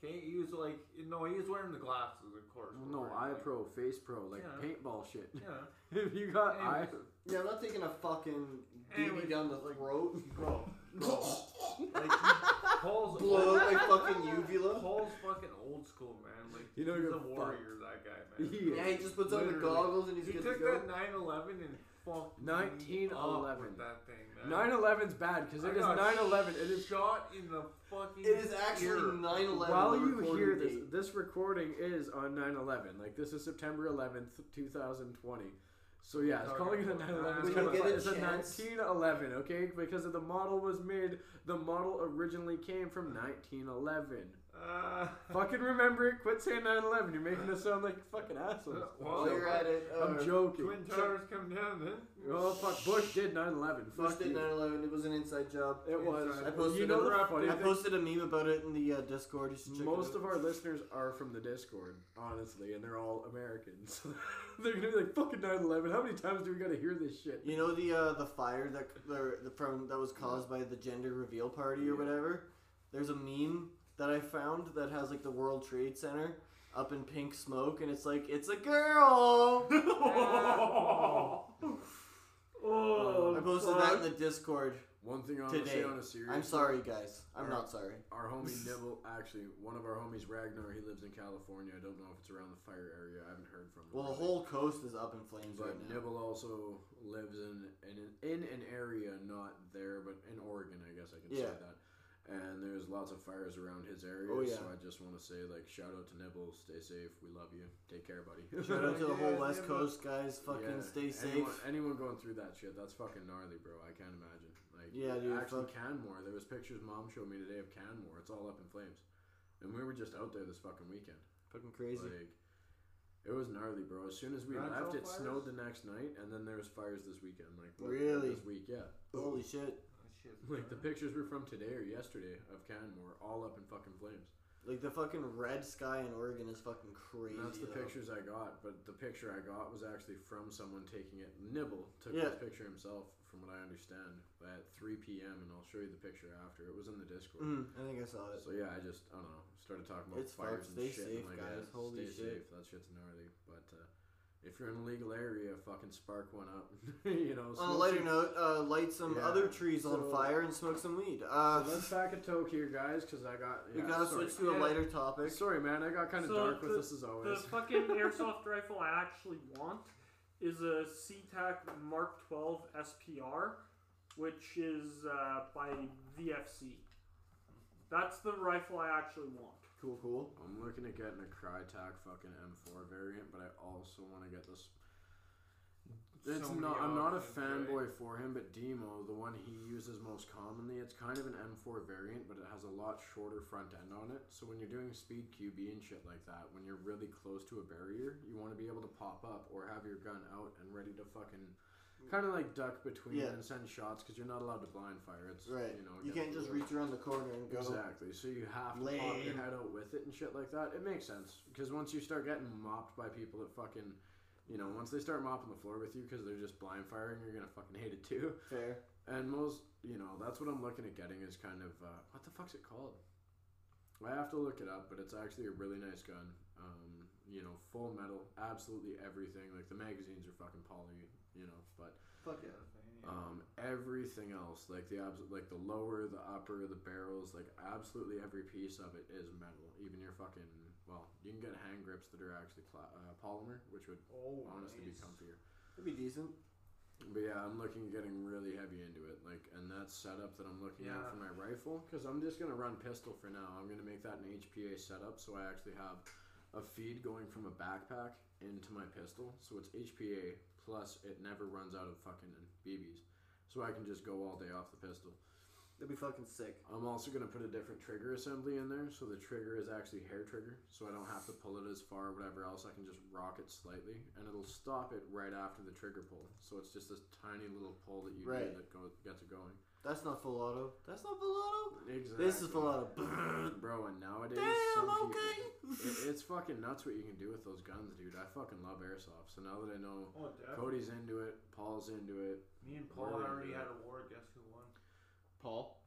Speaker 3: Okay, he was like, no, he was wearing the glasses, of course.
Speaker 4: Well, no,
Speaker 3: Like,
Speaker 4: I pro, face pro, like
Speaker 3: Yeah.
Speaker 4: paintball shit.
Speaker 3: Yeah.
Speaker 4: if you got eye,
Speaker 3: Anyways.
Speaker 1: yeah, I'm not taking a fucking BB
Speaker 3: Anyways,
Speaker 1: down the
Speaker 3: like-
Speaker 1: throat.
Speaker 3: Bro, bro. like, he- Paul's
Speaker 1: Blow
Speaker 3: old,
Speaker 1: out my fucking uvula.
Speaker 3: Paul's fucking old school, man. Like,
Speaker 4: You know
Speaker 3: he's
Speaker 4: you're
Speaker 3: a
Speaker 4: fucked.
Speaker 3: warrior, that guy, man.
Speaker 4: yeah.
Speaker 1: Yeah, he just puts on the
Speaker 3: Literally.
Speaker 1: goggles and he's
Speaker 3: He
Speaker 1: good to
Speaker 3: took
Speaker 1: go.
Speaker 3: that 911 and fucked
Speaker 4: 1911.
Speaker 3: 1911 with that thing, man.
Speaker 4: 9/11's bad because
Speaker 3: I
Speaker 4: it is
Speaker 3: got
Speaker 4: 9/11. It is
Speaker 3: shot in the fucking.
Speaker 1: It is actually
Speaker 3: ear.
Speaker 1: 9/11.
Speaker 4: While
Speaker 1: the
Speaker 4: you
Speaker 1: recording
Speaker 4: hear this,
Speaker 1: date.
Speaker 4: this recording is on 9/11. Like this is September 11th, 2020. So yeah, it's
Speaker 3: Okay.
Speaker 4: calling it a 9/11. It's,
Speaker 1: When you
Speaker 4: kind of
Speaker 1: get
Speaker 4: fun.
Speaker 1: a
Speaker 4: it's a
Speaker 1: chance.
Speaker 4: 1911, okay? Because of the model was made. The model originally came from 1911.
Speaker 3: Uh,
Speaker 4: fucking remember it. Quit saying 9/11. You're making us sound like fucking assholes.
Speaker 3: Well,
Speaker 1: while you're at it, uh,
Speaker 4: I'm joking.
Speaker 3: Twin towers come down then.
Speaker 4: Oh fuck, Bush did 9/11.
Speaker 1: Bush
Speaker 4: Fuck
Speaker 1: did
Speaker 4: you.
Speaker 1: 9/11. It was an inside job.
Speaker 4: It was.
Speaker 1: I posted
Speaker 4: you know
Speaker 1: a-
Speaker 4: the
Speaker 3: I
Speaker 4: funny
Speaker 1: I
Speaker 4: thing?
Speaker 1: posted a meme about it in the uh, Discord. You should check it
Speaker 4: Most
Speaker 1: out.
Speaker 4: of our listeners are from the Discord, honestly, and they're all Americans. they're gonna be like, "Fucking 9/11. How many times do we gotta hear this shit?"
Speaker 1: You know the uh, the fire that the, the from that was caused by the gender reveal party or
Speaker 4: Yeah.
Speaker 1: whatever. There's a meme that I found that has like the World Trade Center up in pink smoke, and it's like it's a girl.
Speaker 3: Oh.
Speaker 2: Oh,
Speaker 1: I posted
Speaker 2: fuck.
Speaker 1: that in the Discord.
Speaker 4: One thing I want to say
Speaker 1: Today.
Speaker 4: on a serious
Speaker 1: I'm sorry, guys. I'm
Speaker 4: Or-
Speaker 1: not sorry.
Speaker 4: Our homie Nibble, actually, one of our homies, Ragnar, he lives in California. I don't know if it's around the fire area. I haven't heard from him.
Speaker 1: Well, the
Speaker 4: really.
Speaker 1: whole coast is up in flames right
Speaker 4: But
Speaker 1: now.
Speaker 4: Nibble also lives in, in an- in an area not there, but in Oregon, I guess I can say
Speaker 1: Yeah.
Speaker 4: that. And there's lots of fires around his area,
Speaker 1: Oh, yeah.
Speaker 4: so I just want to say, like, shout out to Nibble. Stay safe. We love you. Take care, buddy.
Speaker 1: Shout out to the whole
Speaker 3: Yeah,
Speaker 1: West
Speaker 3: yeah, but-
Speaker 1: Coast, guys.
Speaker 4: Yeah,
Speaker 1: Fucking stay safe.
Speaker 4: Anyone, anyone going through that shit, that's fucking gnarly, bro. I can't imagine. Like,
Speaker 1: Yeah, dude,
Speaker 4: Actually, Canmore. There was pictures mom showed me today of Canmore. It's all up in flames, and we were just out there this fucking weekend.
Speaker 1: Fucking crazy.
Speaker 4: Like, it was gnarly, bro. As soon as we
Speaker 3: Natural
Speaker 4: left, it
Speaker 3: fires?
Speaker 4: snowed the next night, and then there was fires this weekend. Like, what-
Speaker 1: Really?
Speaker 4: This week, yeah.
Speaker 1: Holy shit.
Speaker 3: That shit's
Speaker 4: Like the
Speaker 3: bad.
Speaker 4: pictures were from today or yesterday of Canmore, all up in fucking flames.
Speaker 1: Like the fucking red sky in Oregon is fucking crazy.
Speaker 4: And that's the
Speaker 1: though.
Speaker 4: pictures I got, but the picture I got was actually from someone taking it. Nibble took
Speaker 1: Yeah.
Speaker 4: this picture himself, from what I understand, at 3 p.m. And I'll show you the picture after. It was in the Discord.
Speaker 1: Mm, I think I saw it.
Speaker 4: So yeah, I just I don't know. Started talking about
Speaker 1: It's
Speaker 4: fires and
Speaker 1: fucked. Stay
Speaker 4: shit.
Speaker 1: safe,
Speaker 4: and like,
Speaker 1: guys.
Speaker 4: yeah, stay
Speaker 1: Holy shit.
Speaker 4: safe. That shit's gnarly. But uh, if you're in a legal area, fucking spark one up. you know.
Speaker 1: On a
Speaker 4: smoke
Speaker 1: lighter
Speaker 4: some-
Speaker 1: note, uh, light some
Speaker 4: Yeah,
Speaker 1: other trees
Speaker 4: so-
Speaker 1: on fire and smoke some weed. Uh,
Speaker 4: So let's back a toke here, guys, because I got.
Speaker 1: we
Speaker 4: Yeah,
Speaker 1: gotta
Speaker 4: sorry.
Speaker 1: switch to a
Speaker 2: Yeah.
Speaker 1: lighter topic.
Speaker 4: Sorry, man. I got kind of
Speaker 2: So
Speaker 4: dark with
Speaker 2: the-
Speaker 4: this as
Speaker 2: The
Speaker 4: always.
Speaker 2: fucking airsoft rifle I actually want is a SeaTac Mark 12 SPR, which is uh, by VFC. That's the rifle I actually want.
Speaker 1: Cool, cool.
Speaker 4: I'm looking at getting a Crytek fucking M4 variant, but I also want to get this. It's
Speaker 3: So many
Speaker 4: not. I'm not a
Speaker 3: options, right?
Speaker 4: fanboy for him, but Demo, the one he uses most commonly, it's kind of an M4 variant, but it has a lot shorter front end on it. So when you're doing speed QB and shit like that, when you're really close to a barrier, you want to be able to pop up or have your gun out and ready to fucking. Kind of like duck between
Speaker 1: Yeah.
Speaker 4: and send shots because you're not allowed to blind fire. It's
Speaker 1: Right.
Speaker 4: You know
Speaker 1: You
Speaker 4: against
Speaker 1: can't
Speaker 4: the
Speaker 1: just
Speaker 4: rules.
Speaker 1: reach around the corner and go.
Speaker 4: Exactly. So you have to pop your
Speaker 1: Lame.
Speaker 4: head out with it and shit like that. It makes sense because once you start getting mopped by people that fucking, you know, once they start mopping the floor with you because they're just blind firing, you're gonna fucking hate it too.
Speaker 1: Fair.
Speaker 4: And most, you know, that's what I'm looking at getting is kind of uh, what the fuck's it called? I have to look it up, but it's actually a really nice gun. Um, you know, full metal, absolutely everything. Like the magazines are fucking poly, you know, but
Speaker 1: Fuck yeah.
Speaker 4: um, everything else, like the abs- like the lower, the upper, the barrels, like absolutely every piece of it is metal. Even your fucking well, you can get hand grips that are actually pla- uh, polymer, which would
Speaker 3: oh,
Speaker 4: honestly be
Speaker 3: nice.
Speaker 4: comfier.
Speaker 1: It'd be decent.
Speaker 4: But yeah, I'm looking at getting really heavy into it, like, and that setup that I'm looking
Speaker 3: Yeah.
Speaker 4: at for my rifle, because I'm just gonna run pistol for now. I'm gonna make that an HPA setup, so I actually have a feed going from a backpack into my pistol, so it's HPA plus it never runs out of fucking BBs, so I can just go all day off the pistol.
Speaker 1: That'd be fucking sick.
Speaker 4: I'm also gonna put a different trigger assembly in there, so the trigger is actually hair trigger, so I don't have to pull it as far, or whatever else. I can just rock it slightly, and it'll stop it right after the trigger pull. So it's just this tiny little pull that you do
Speaker 1: Right.
Speaker 4: that go, gets it going.
Speaker 1: That's not full auto. That's not full auto.
Speaker 4: Exactly.
Speaker 1: This is full auto.
Speaker 4: bro. And nowadays,
Speaker 1: Damn.
Speaker 4: some
Speaker 1: Okay.
Speaker 4: people, it, it's fucking nuts what you can do with those guns, dude. I fucking love airsoft. So now that I know
Speaker 3: Oh,
Speaker 1: Uh,
Speaker 3: definitely.
Speaker 4: Cody's into it, Paul's into it,
Speaker 3: Me and Paul
Speaker 4: Really
Speaker 3: already
Speaker 4: good.
Speaker 3: had a war. Guess who won?
Speaker 1: Paul.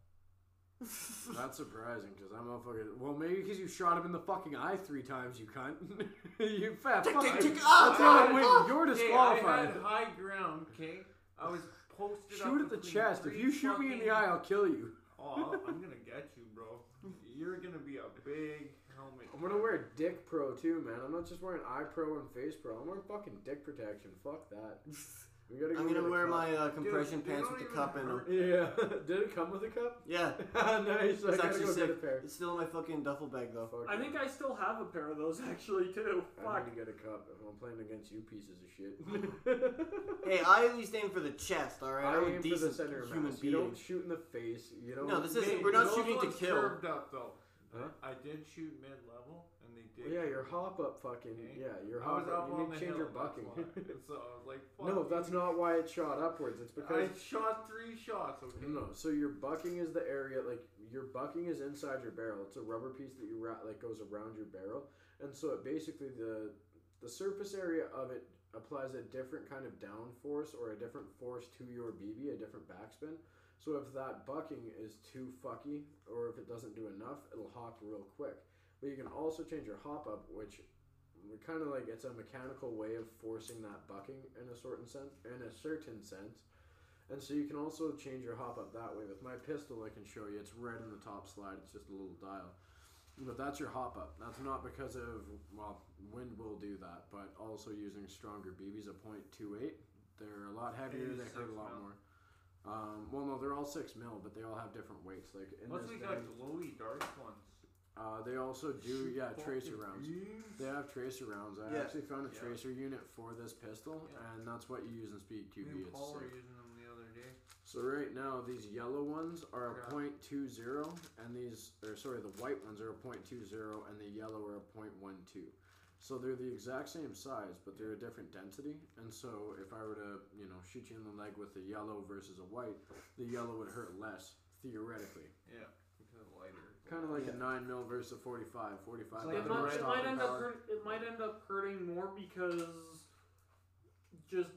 Speaker 4: That's surprising because I'm all fucking. Well, maybe because you shot him in the fucking eye three times, you cunt. you fat
Speaker 1: Tick,
Speaker 4: fuck.
Speaker 1: tick, tick.
Speaker 4: That's how
Speaker 1: Ah,
Speaker 4: it went.
Speaker 1: ah.
Speaker 4: You're
Speaker 3: Hey, I
Speaker 4: disqualified.
Speaker 3: had high ground. Okay, I was posted.
Speaker 4: shoot
Speaker 3: up
Speaker 4: at the
Speaker 3: between
Speaker 4: chest. If
Speaker 3: three
Speaker 4: you shoot me in the
Speaker 3: fucking-
Speaker 4: eye, I'll kill you.
Speaker 3: Oh, I'm gonna get you, bro. You're gonna be a big helmet.
Speaker 4: I'm gonna wear Dick Pro too, man. I'm not just wearing Eye Pro and Face Pro. I'm wearing fucking dick protection. Fuck that. We gotta
Speaker 1: I'm
Speaker 4: go
Speaker 1: gonna
Speaker 4: get a
Speaker 1: wear
Speaker 4: cup.
Speaker 1: my uh, compression
Speaker 3: Dude, they
Speaker 1: pants
Speaker 3: don't
Speaker 1: with the
Speaker 3: even
Speaker 1: cup in them.
Speaker 3: hurt.
Speaker 4: Yeah. Did it come with a cup?
Speaker 1: Yeah.
Speaker 4: nice. I
Speaker 1: It's
Speaker 4: gotta
Speaker 1: actually
Speaker 4: go get a
Speaker 1: sick.
Speaker 4: pair.
Speaker 1: It's still in my fucking duffel bag though.
Speaker 4: Fuck
Speaker 2: I
Speaker 4: it.
Speaker 2: think I still have a pair of those actually, too.
Speaker 4: I
Speaker 2: Fuck.
Speaker 4: need to get a cup. If I'm playing against you pieces of shit.
Speaker 1: Hey, I at least aim for the chest, alright?
Speaker 4: I
Speaker 1: I'm a
Speaker 4: aim for the
Speaker 1: decent
Speaker 4: center of
Speaker 1: human
Speaker 4: mass.
Speaker 1: being.
Speaker 4: You don't shoot in the face. You don't.
Speaker 1: No, this
Speaker 3: Hey,
Speaker 1: isn't. We're not
Speaker 3: those
Speaker 1: shooting to
Speaker 3: ones
Speaker 1: kill.
Speaker 3: curved up though.
Speaker 4: Huh?
Speaker 3: I did shoot mid level, and they
Speaker 4: Well,
Speaker 3: did.
Speaker 4: yeah, your hop up fucking.
Speaker 3: Okay.
Speaker 4: Yeah, your
Speaker 3: I was
Speaker 4: hop
Speaker 3: up
Speaker 4: up. You
Speaker 3: on
Speaker 4: need
Speaker 3: the
Speaker 4: to change
Speaker 3: hill,
Speaker 4: your
Speaker 3: that's
Speaker 4: bucking.
Speaker 3: why. And so I was like, fuck
Speaker 4: no, that's
Speaker 3: you.
Speaker 4: not why it shot upwards. It's because.
Speaker 3: I shot three shots. Okay.
Speaker 4: No, so your bucking is the area like your bucking is inside your barrel. It's a rubber piece that you wrap like goes around your barrel, and so it basically the the surface area of it applies a different kind of down force or a different force to your BB, a different backspin. So if that bucking is too fucky or if it doesn't do enough, it'll hop real quick. But you can also change your hop up, which kind of like it's a mechanical way of forcing that bucking in a certain sense. In a certain sense And so you can also change your hop up that way. With my pistol, I can show you. It's red in the top slide. It's just a little dial. But that's your hop up. That's not because of well, wind will do that, but also using stronger BBs at .28. They're a lot heavier.
Speaker 3: use
Speaker 4: They hurt
Speaker 3: six
Speaker 4: a lot
Speaker 3: mil.
Speaker 4: more. Um, well, no, they're all six mil, but they all have different weights. Like in
Speaker 3: Unless
Speaker 4: this
Speaker 3: we
Speaker 4: thing,
Speaker 3: got glowy dark ones.
Speaker 4: uh, they also do
Speaker 3: Shoot
Speaker 4: yeah
Speaker 3: fucking
Speaker 4: tracer rounds.
Speaker 3: beams.
Speaker 4: They have tracer rounds. I
Speaker 1: Yeah.
Speaker 4: actually found a
Speaker 3: Yeah.
Speaker 4: tracer unit for this pistol,
Speaker 3: Yeah.
Speaker 4: and that's what you use in Speed
Speaker 3: Me
Speaker 4: QB.
Speaker 3: and
Speaker 4: It's
Speaker 3: Paul were
Speaker 4: sick.
Speaker 3: using them the other day.
Speaker 4: So right now these yellow ones are a
Speaker 3: Yeah.
Speaker 4: point two zero, and these or sorry the white ones are a point two zero, and the yellow are a point one two. So they're the exact same size, but they're a different density. And so if I were to you know shoot you in the leg with a yellow versus a white, the yellow would hurt less theoretically.
Speaker 3: Yeah, because of lighter.
Speaker 4: Kind of like
Speaker 1: Yeah.
Speaker 4: a nine mil versus a forty five. Forty five.
Speaker 3: It's like
Speaker 2: It
Speaker 3: the
Speaker 2: might,
Speaker 3: red
Speaker 2: it might
Speaker 3: on
Speaker 2: end up
Speaker 4: power.
Speaker 2: hurt, it might end up hurting more because just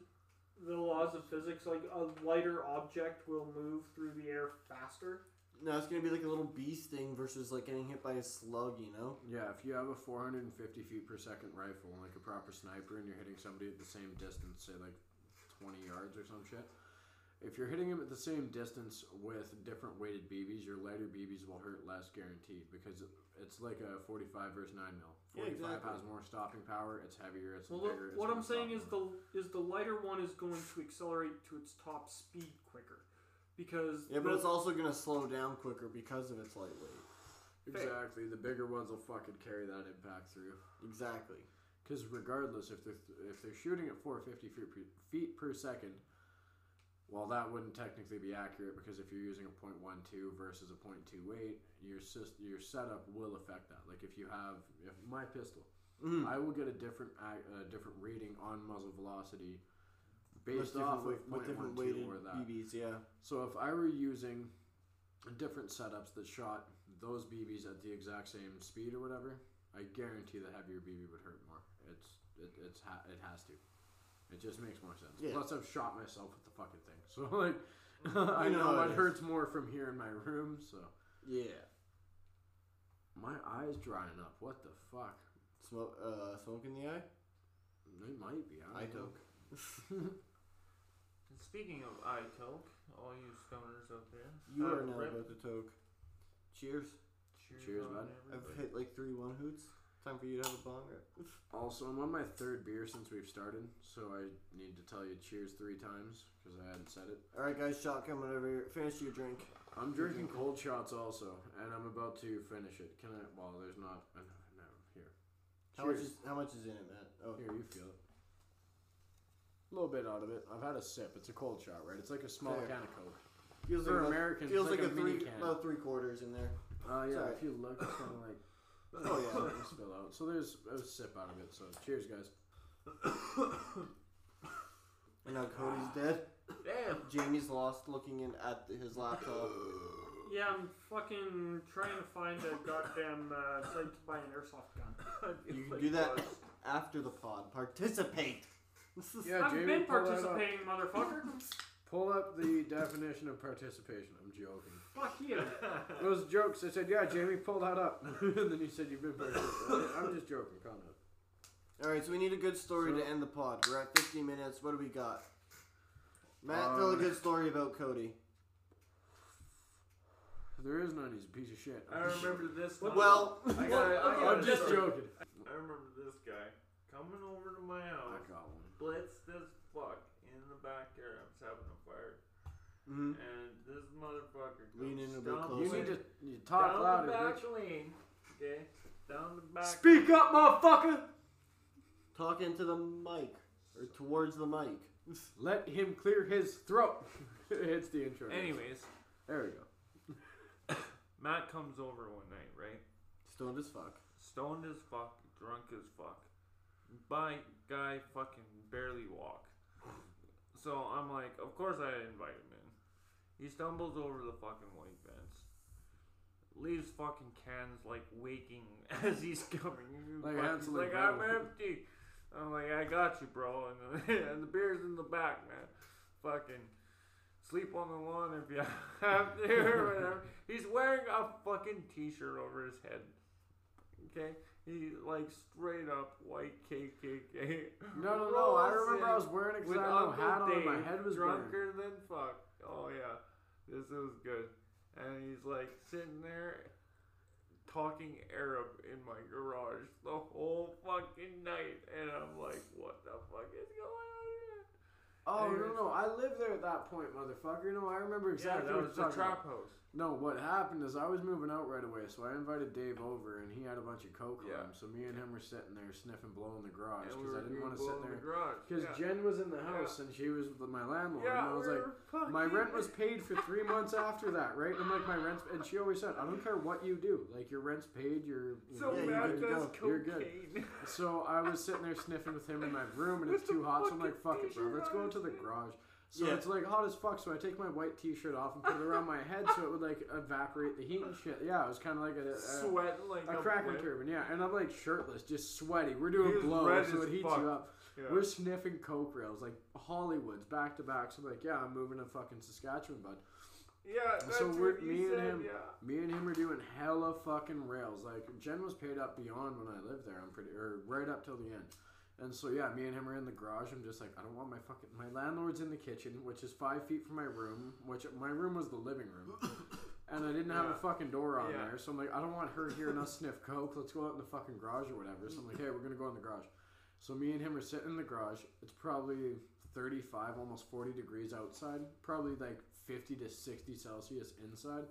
Speaker 2: the laws of physics, like a lighter object will move through the air faster.
Speaker 1: No, it's gonna be like a little bee sting versus like getting hit by a slug, you know?
Speaker 4: Yeah, if you have a 450 feet per second rifle, like a proper sniper, and you're hitting somebody at the same distance, say like 20 yards or some shit, if you're hitting them at the same distance with different weighted BBs, your lighter BBs will hurt less, guaranteed, because it's like a 45 versus 9 mil.
Speaker 1: Yeah,
Speaker 4: 45
Speaker 1: exactly.
Speaker 4: has more stopping power, it's heavier, it's
Speaker 2: Well, look,
Speaker 4: bigger. it's
Speaker 2: what
Speaker 4: gonna
Speaker 2: I'm saying
Speaker 4: stop
Speaker 2: is
Speaker 4: more.
Speaker 2: the is the lighter one is going to accelerate to its top speed quicker because
Speaker 1: Yeah, but
Speaker 2: the-
Speaker 1: it's also gonna slow down quicker because of its lightweight.
Speaker 4: exactly the bigger ones will fucking carry that impact through.
Speaker 1: Exactly.
Speaker 4: Because regardless, if they're if they're shooting at 450 feet per, feet per second, well, that wouldn't technically be accurate because if you're using a .12 versus a .28, your sys- your setup will affect that. Like if you have if my pistol,
Speaker 1: Mm.
Speaker 4: I will get a different ac- a different reading on muzzle velocity
Speaker 1: With
Speaker 4: based
Speaker 1: different
Speaker 4: off
Speaker 1: wa-
Speaker 4: of
Speaker 1: with different
Speaker 4: .12
Speaker 1: weighted
Speaker 4: or that.
Speaker 1: BBs, yeah.
Speaker 4: So if I were using different setups that shot those BBs at the exact same speed or whatever, I guarantee the heavier BB would hurt more. It's it, it's ha- it has to. It just makes more sense.
Speaker 1: Yeah.
Speaker 4: Plus, I've shot myself with the fucking thing, so like I
Speaker 1: You know
Speaker 4: know
Speaker 1: how
Speaker 4: it
Speaker 1: it is.
Speaker 4: hurts more from here in my room. So
Speaker 1: Yeah.
Speaker 4: my eyes drying up. What the fuck?
Speaker 1: Smoke uh smoke in the eye?
Speaker 4: It might be. I
Speaker 1: Eye
Speaker 4: don't know.
Speaker 1: coke.
Speaker 3: And speaking of eye coke, all you stoners out there.
Speaker 1: You
Speaker 3: uh,
Speaker 1: are now
Speaker 3: rip-
Speaker 1: about to toke. Cheers.
Speaker 3: Cheers,
Speaker 4: Cheers,
Speaker 3: on
Speaker 4: bud.
Speaker 1: I've
Speaker 3: everybody.
Speaker 1: hit like three one hoots. Time for you to have a bong rip.
Speaker 4: Also, I'm on my third beer since we've started, so I need to tell you cheers three times because I hadn't said it.
Speaker 1: Alright guys, shot coming over here. Finish your drink.
Speaker 4: I'm drinking cold shots also, and I'm about to finish it. Can I? Well, there's not. uh, No, here.
Speaker 1: How much is how much is in it, Matt? Oh
Speaker 4: Here, you feel it. A little bit out of it. I've had a sip. It's a cold shot, right? It's like a small
Speaker 1: Fair.
Speaker 4: can of Coke.
Speaker 1: feels
Speaker 4: For
Speaker 1: like about-
Speaker 4: Americans,
Speaker 1: feels
Speaker 4: it's
Speaker 1: like,
Speaker 4: like,
Speaker 1: a
Speaker 4: a mini
Speaker 1: three
Speaker 4: can.
Speaker 1: about three quarters in there.
Speaker 4: uh, yeah,
Speaker 1: sorry.
Speaker 4: if you look, it's kind of like.
Speaker 1: Oh, yeah.
Speaker 4: Something spill out. So there's a sip out of it. So cheers, guys.
Speaker 1: And now Cody's dead.
Speaker 3: Damn.
Speaker 1: Jamie's lost looking in at his laptop.
Speaker 2: yeah, I'm fucking trying to find a goddamn uh, site to buy an airsoft gun.
Speaker 1: You can do that after the pod. Participate.
Speaker 4: Yeah,
Speaker 2: I've
Speaker 4: Jamie,
Speaker 2: been
Speaker 4: pull that up.
Speaker 2: participating, motherfucker.
Speaker 4: Pull up the definition of participation. I'm joking.
Speaker 2: Fuck you.
Speaker 4: It was jokes. I said, "Yeah, Jamie, pull that up." and then you said, "You've been participating." I'm just joking, Connor.
Speaker 1: All right, so we need a good story
Speaker 4: So-
Speaker 1: to end the pod. We're at 50 minutes. What do we got? Matt, tell a
Speaker 4: Um,
Speaker 1: good story about Cody.
Speaker 4: There is none. He's a piece of shit.
Speaker 3: I remember this one.
Speaker 1: Well,
Speaker 3: I got, I
Speaker 2: I'm
Speaker 3: got a
Speaker 4: I'm just
Speaker 3: story.
Speaker 4: joking.
Speaker 3: I remember this guy coming over to
Speaker 4: I
Speaker 3: my house,
Speaker 4: got one.
Speaker 3: blitzed as fuck in the backyard. I was having a fire,
Speaker 1: mhm.
Speaker 3: and this motherfucker goes
Speaker 1: Lean in a bit
Speaker 3: down
Speaker 1: closer.
Speaker 4: You
Speaker 3: the
Speaker 4: need to
Speaker 3: way-
Speaker 4: you talk
Speaker 3: down
Speaker 4: louder,
Speaker 3: the back
Speaker 4: bitch.
Speaker 3: lane. Okay, down the back.
Speaker 4: Speak up, motherfucker.
Speaker 1: talk into the mic or towards the mic.
Speaker 4: Let him clear his throat. it's the intro.
Speaker 3: Anyways,
Speaker 4: there we go.
Speaker 3: Matt comes over one night, right?
Speaker 1: Stoned as fuck.
Speaker 3: Stoned as fuck, drunk as fuck. By guy fucking barely walk. So I'm like, of course I invite him in. He stumbles over the fucking white fence. Leaves fucking cans like waking as he's coming.
Speaker 4: Like
Speaker 3: Fuck,
Speaker 4: Hansel
Speaker 3: he's
Speaker 4: and
Speaker 3: like I'm
Speaker 4: Gretel."
Speaker 3: empty. I'm like, I got you, bro. And the, and the beer's in the back, man. Fucking sleep on the lawn if you have to or whatever. He's wearing a fucking t-shirt over his head. Okay, he like straight up white KKK.
Speaker 4: No, no, no. I
Speaker 3: rolls
Speaker 4: remember
Speaker 3: in
Speaker 4: I was wearing a
Speaker 3: with
Speaker 4: Xylem
Speaker 3: Uncle
Speaker 4: hat on and my
Speaker 3: Dave,
Speaker 4: head was burning.
Speaker 3: drunker than fuck. Oh yeah, this is good. And he's like sitting there talking Arab in my garage the whole fucking night, and I'm like, what the fuck is going on here?
Speaker 4: Oh, no,
Speaker 3: Anyways.
Speaker 4: no, no. I lived there at that point, motherfucker. No, I remember exactly
Speaker 3: yeah,
Speaker 4: what
Speaker 3: that
Speaker 4: you're
Speaker 3: was the
Speaker 4: talking about.
Speaker 3: trap house.
Speaker 4: No, what happened is I was moving out right away, so I invited Dave over, and he had a bunch of coke
Speaker 3: Yeah.
Speaker 4: on him. So me and him were sitting there sniffing blow in the garage
Speaker 3: And
Speaker 4: because
Speaker 3: we were
Speaker 4: I didn't
Speaker 3: doing
Speaker 4: want to sit
Speaker 3: blow in the
Speaker 4: there.
Speaker 3: garage.
Speaker 4: Because
Speaker 3: yeah.
Speaker 4: Jen was in the house and she was the- my landlord,
Speaker 3: yeah,
Speaker 4: and I was
Speaker 3: we
Speaker 4: like,
Speaker 3: were fucking,
Speaker 4: my rent was paid for three months after that, right? And I'm like, my rent's and she always said, I don't care what you do, like your rent's paid, you're you know,
Speaker 3: so
Speaker 4: you're
Speaker 1: Yeah,
Speaker 3: mad
Speaker 4: good to
Speaker 3: that's
Speaker 4: go, you're good.
Speaker 3: cocaine.
Speaker 4: So I was sitting there sniffing with him in my room, and
Speaker 3: With
Speaker 4: it's
Speaker 3: the
Speaker 4: too hot. So I'm like, "Fuck it,
Speaker 3: fucking
Speaker 4: bro.
Speaker 3: t-shirt
Speaker 4: Let's go
Speaker 3: on
Speaker 4: into the
Speaker 3: his
Speaker 4: garage." So
Speaker 1: Yeah.
Speaker 4: it's like hot as fuck. So I take my white T-shirt off and put it around my head, so it would like evaporate the heat and shit. Yeah, it was kind of like a, a,
Speaker 3: Sweating like
Speaker 4: a,
Speaker 3: a
Speaker 4: cracking
Speaker 3: whip.
Speaker 4: turban. Yeah, and I'm like shirtless, just sweaty. We're
Speaker 3: He
Speaker 4: doing
Speaker 3: was
Speaker 4: blow,
Speaker 3: red
Speaker 4: so
Speaker 3: as
Speaker 4: it heats
Speaker 3: fuck.
Speaker 4: you up.
Speaker 3: Yeah.
Speaker 4: We're sniffing coke rails like Hollywoods back to back. So I'm like, "Yeah, I'm moving to fucking Saskatchewan, bud."
Speaker 3: Yeah,
Speaker 4: So
Speaker 3: that's
Speaker 4: we're-
Speaker 3: what you
Speaker 4: me and
Speaker 3: said,
Speaker 4: him-
Speaker 3: yeah.
Speaker 4: Me and him are doing hella fucking rails. Like Jen was paid up beyond when I lived there. I'm pretty, or right up till the end. And so yeah, me and him are in the garage. I'm just like, I don't want my fucking my landlord's in the kitchen, which is five feet from my room, which my room was the living room, and I didn't have
Speaker 3: Yeah.
Speaker 4: a fucking door on
Speaker 3: Yeah.
Speaker 4: there. So I'm like, I don't want her here and us sniff coke. Let's go out in the fucking garage or whatever. So I'm like, hey, we're gonna go in the garage. So me and him are sitting in the garage. It's probably 35, almost 40 degrees outside. Probably like 50 to 60 Celsius inside.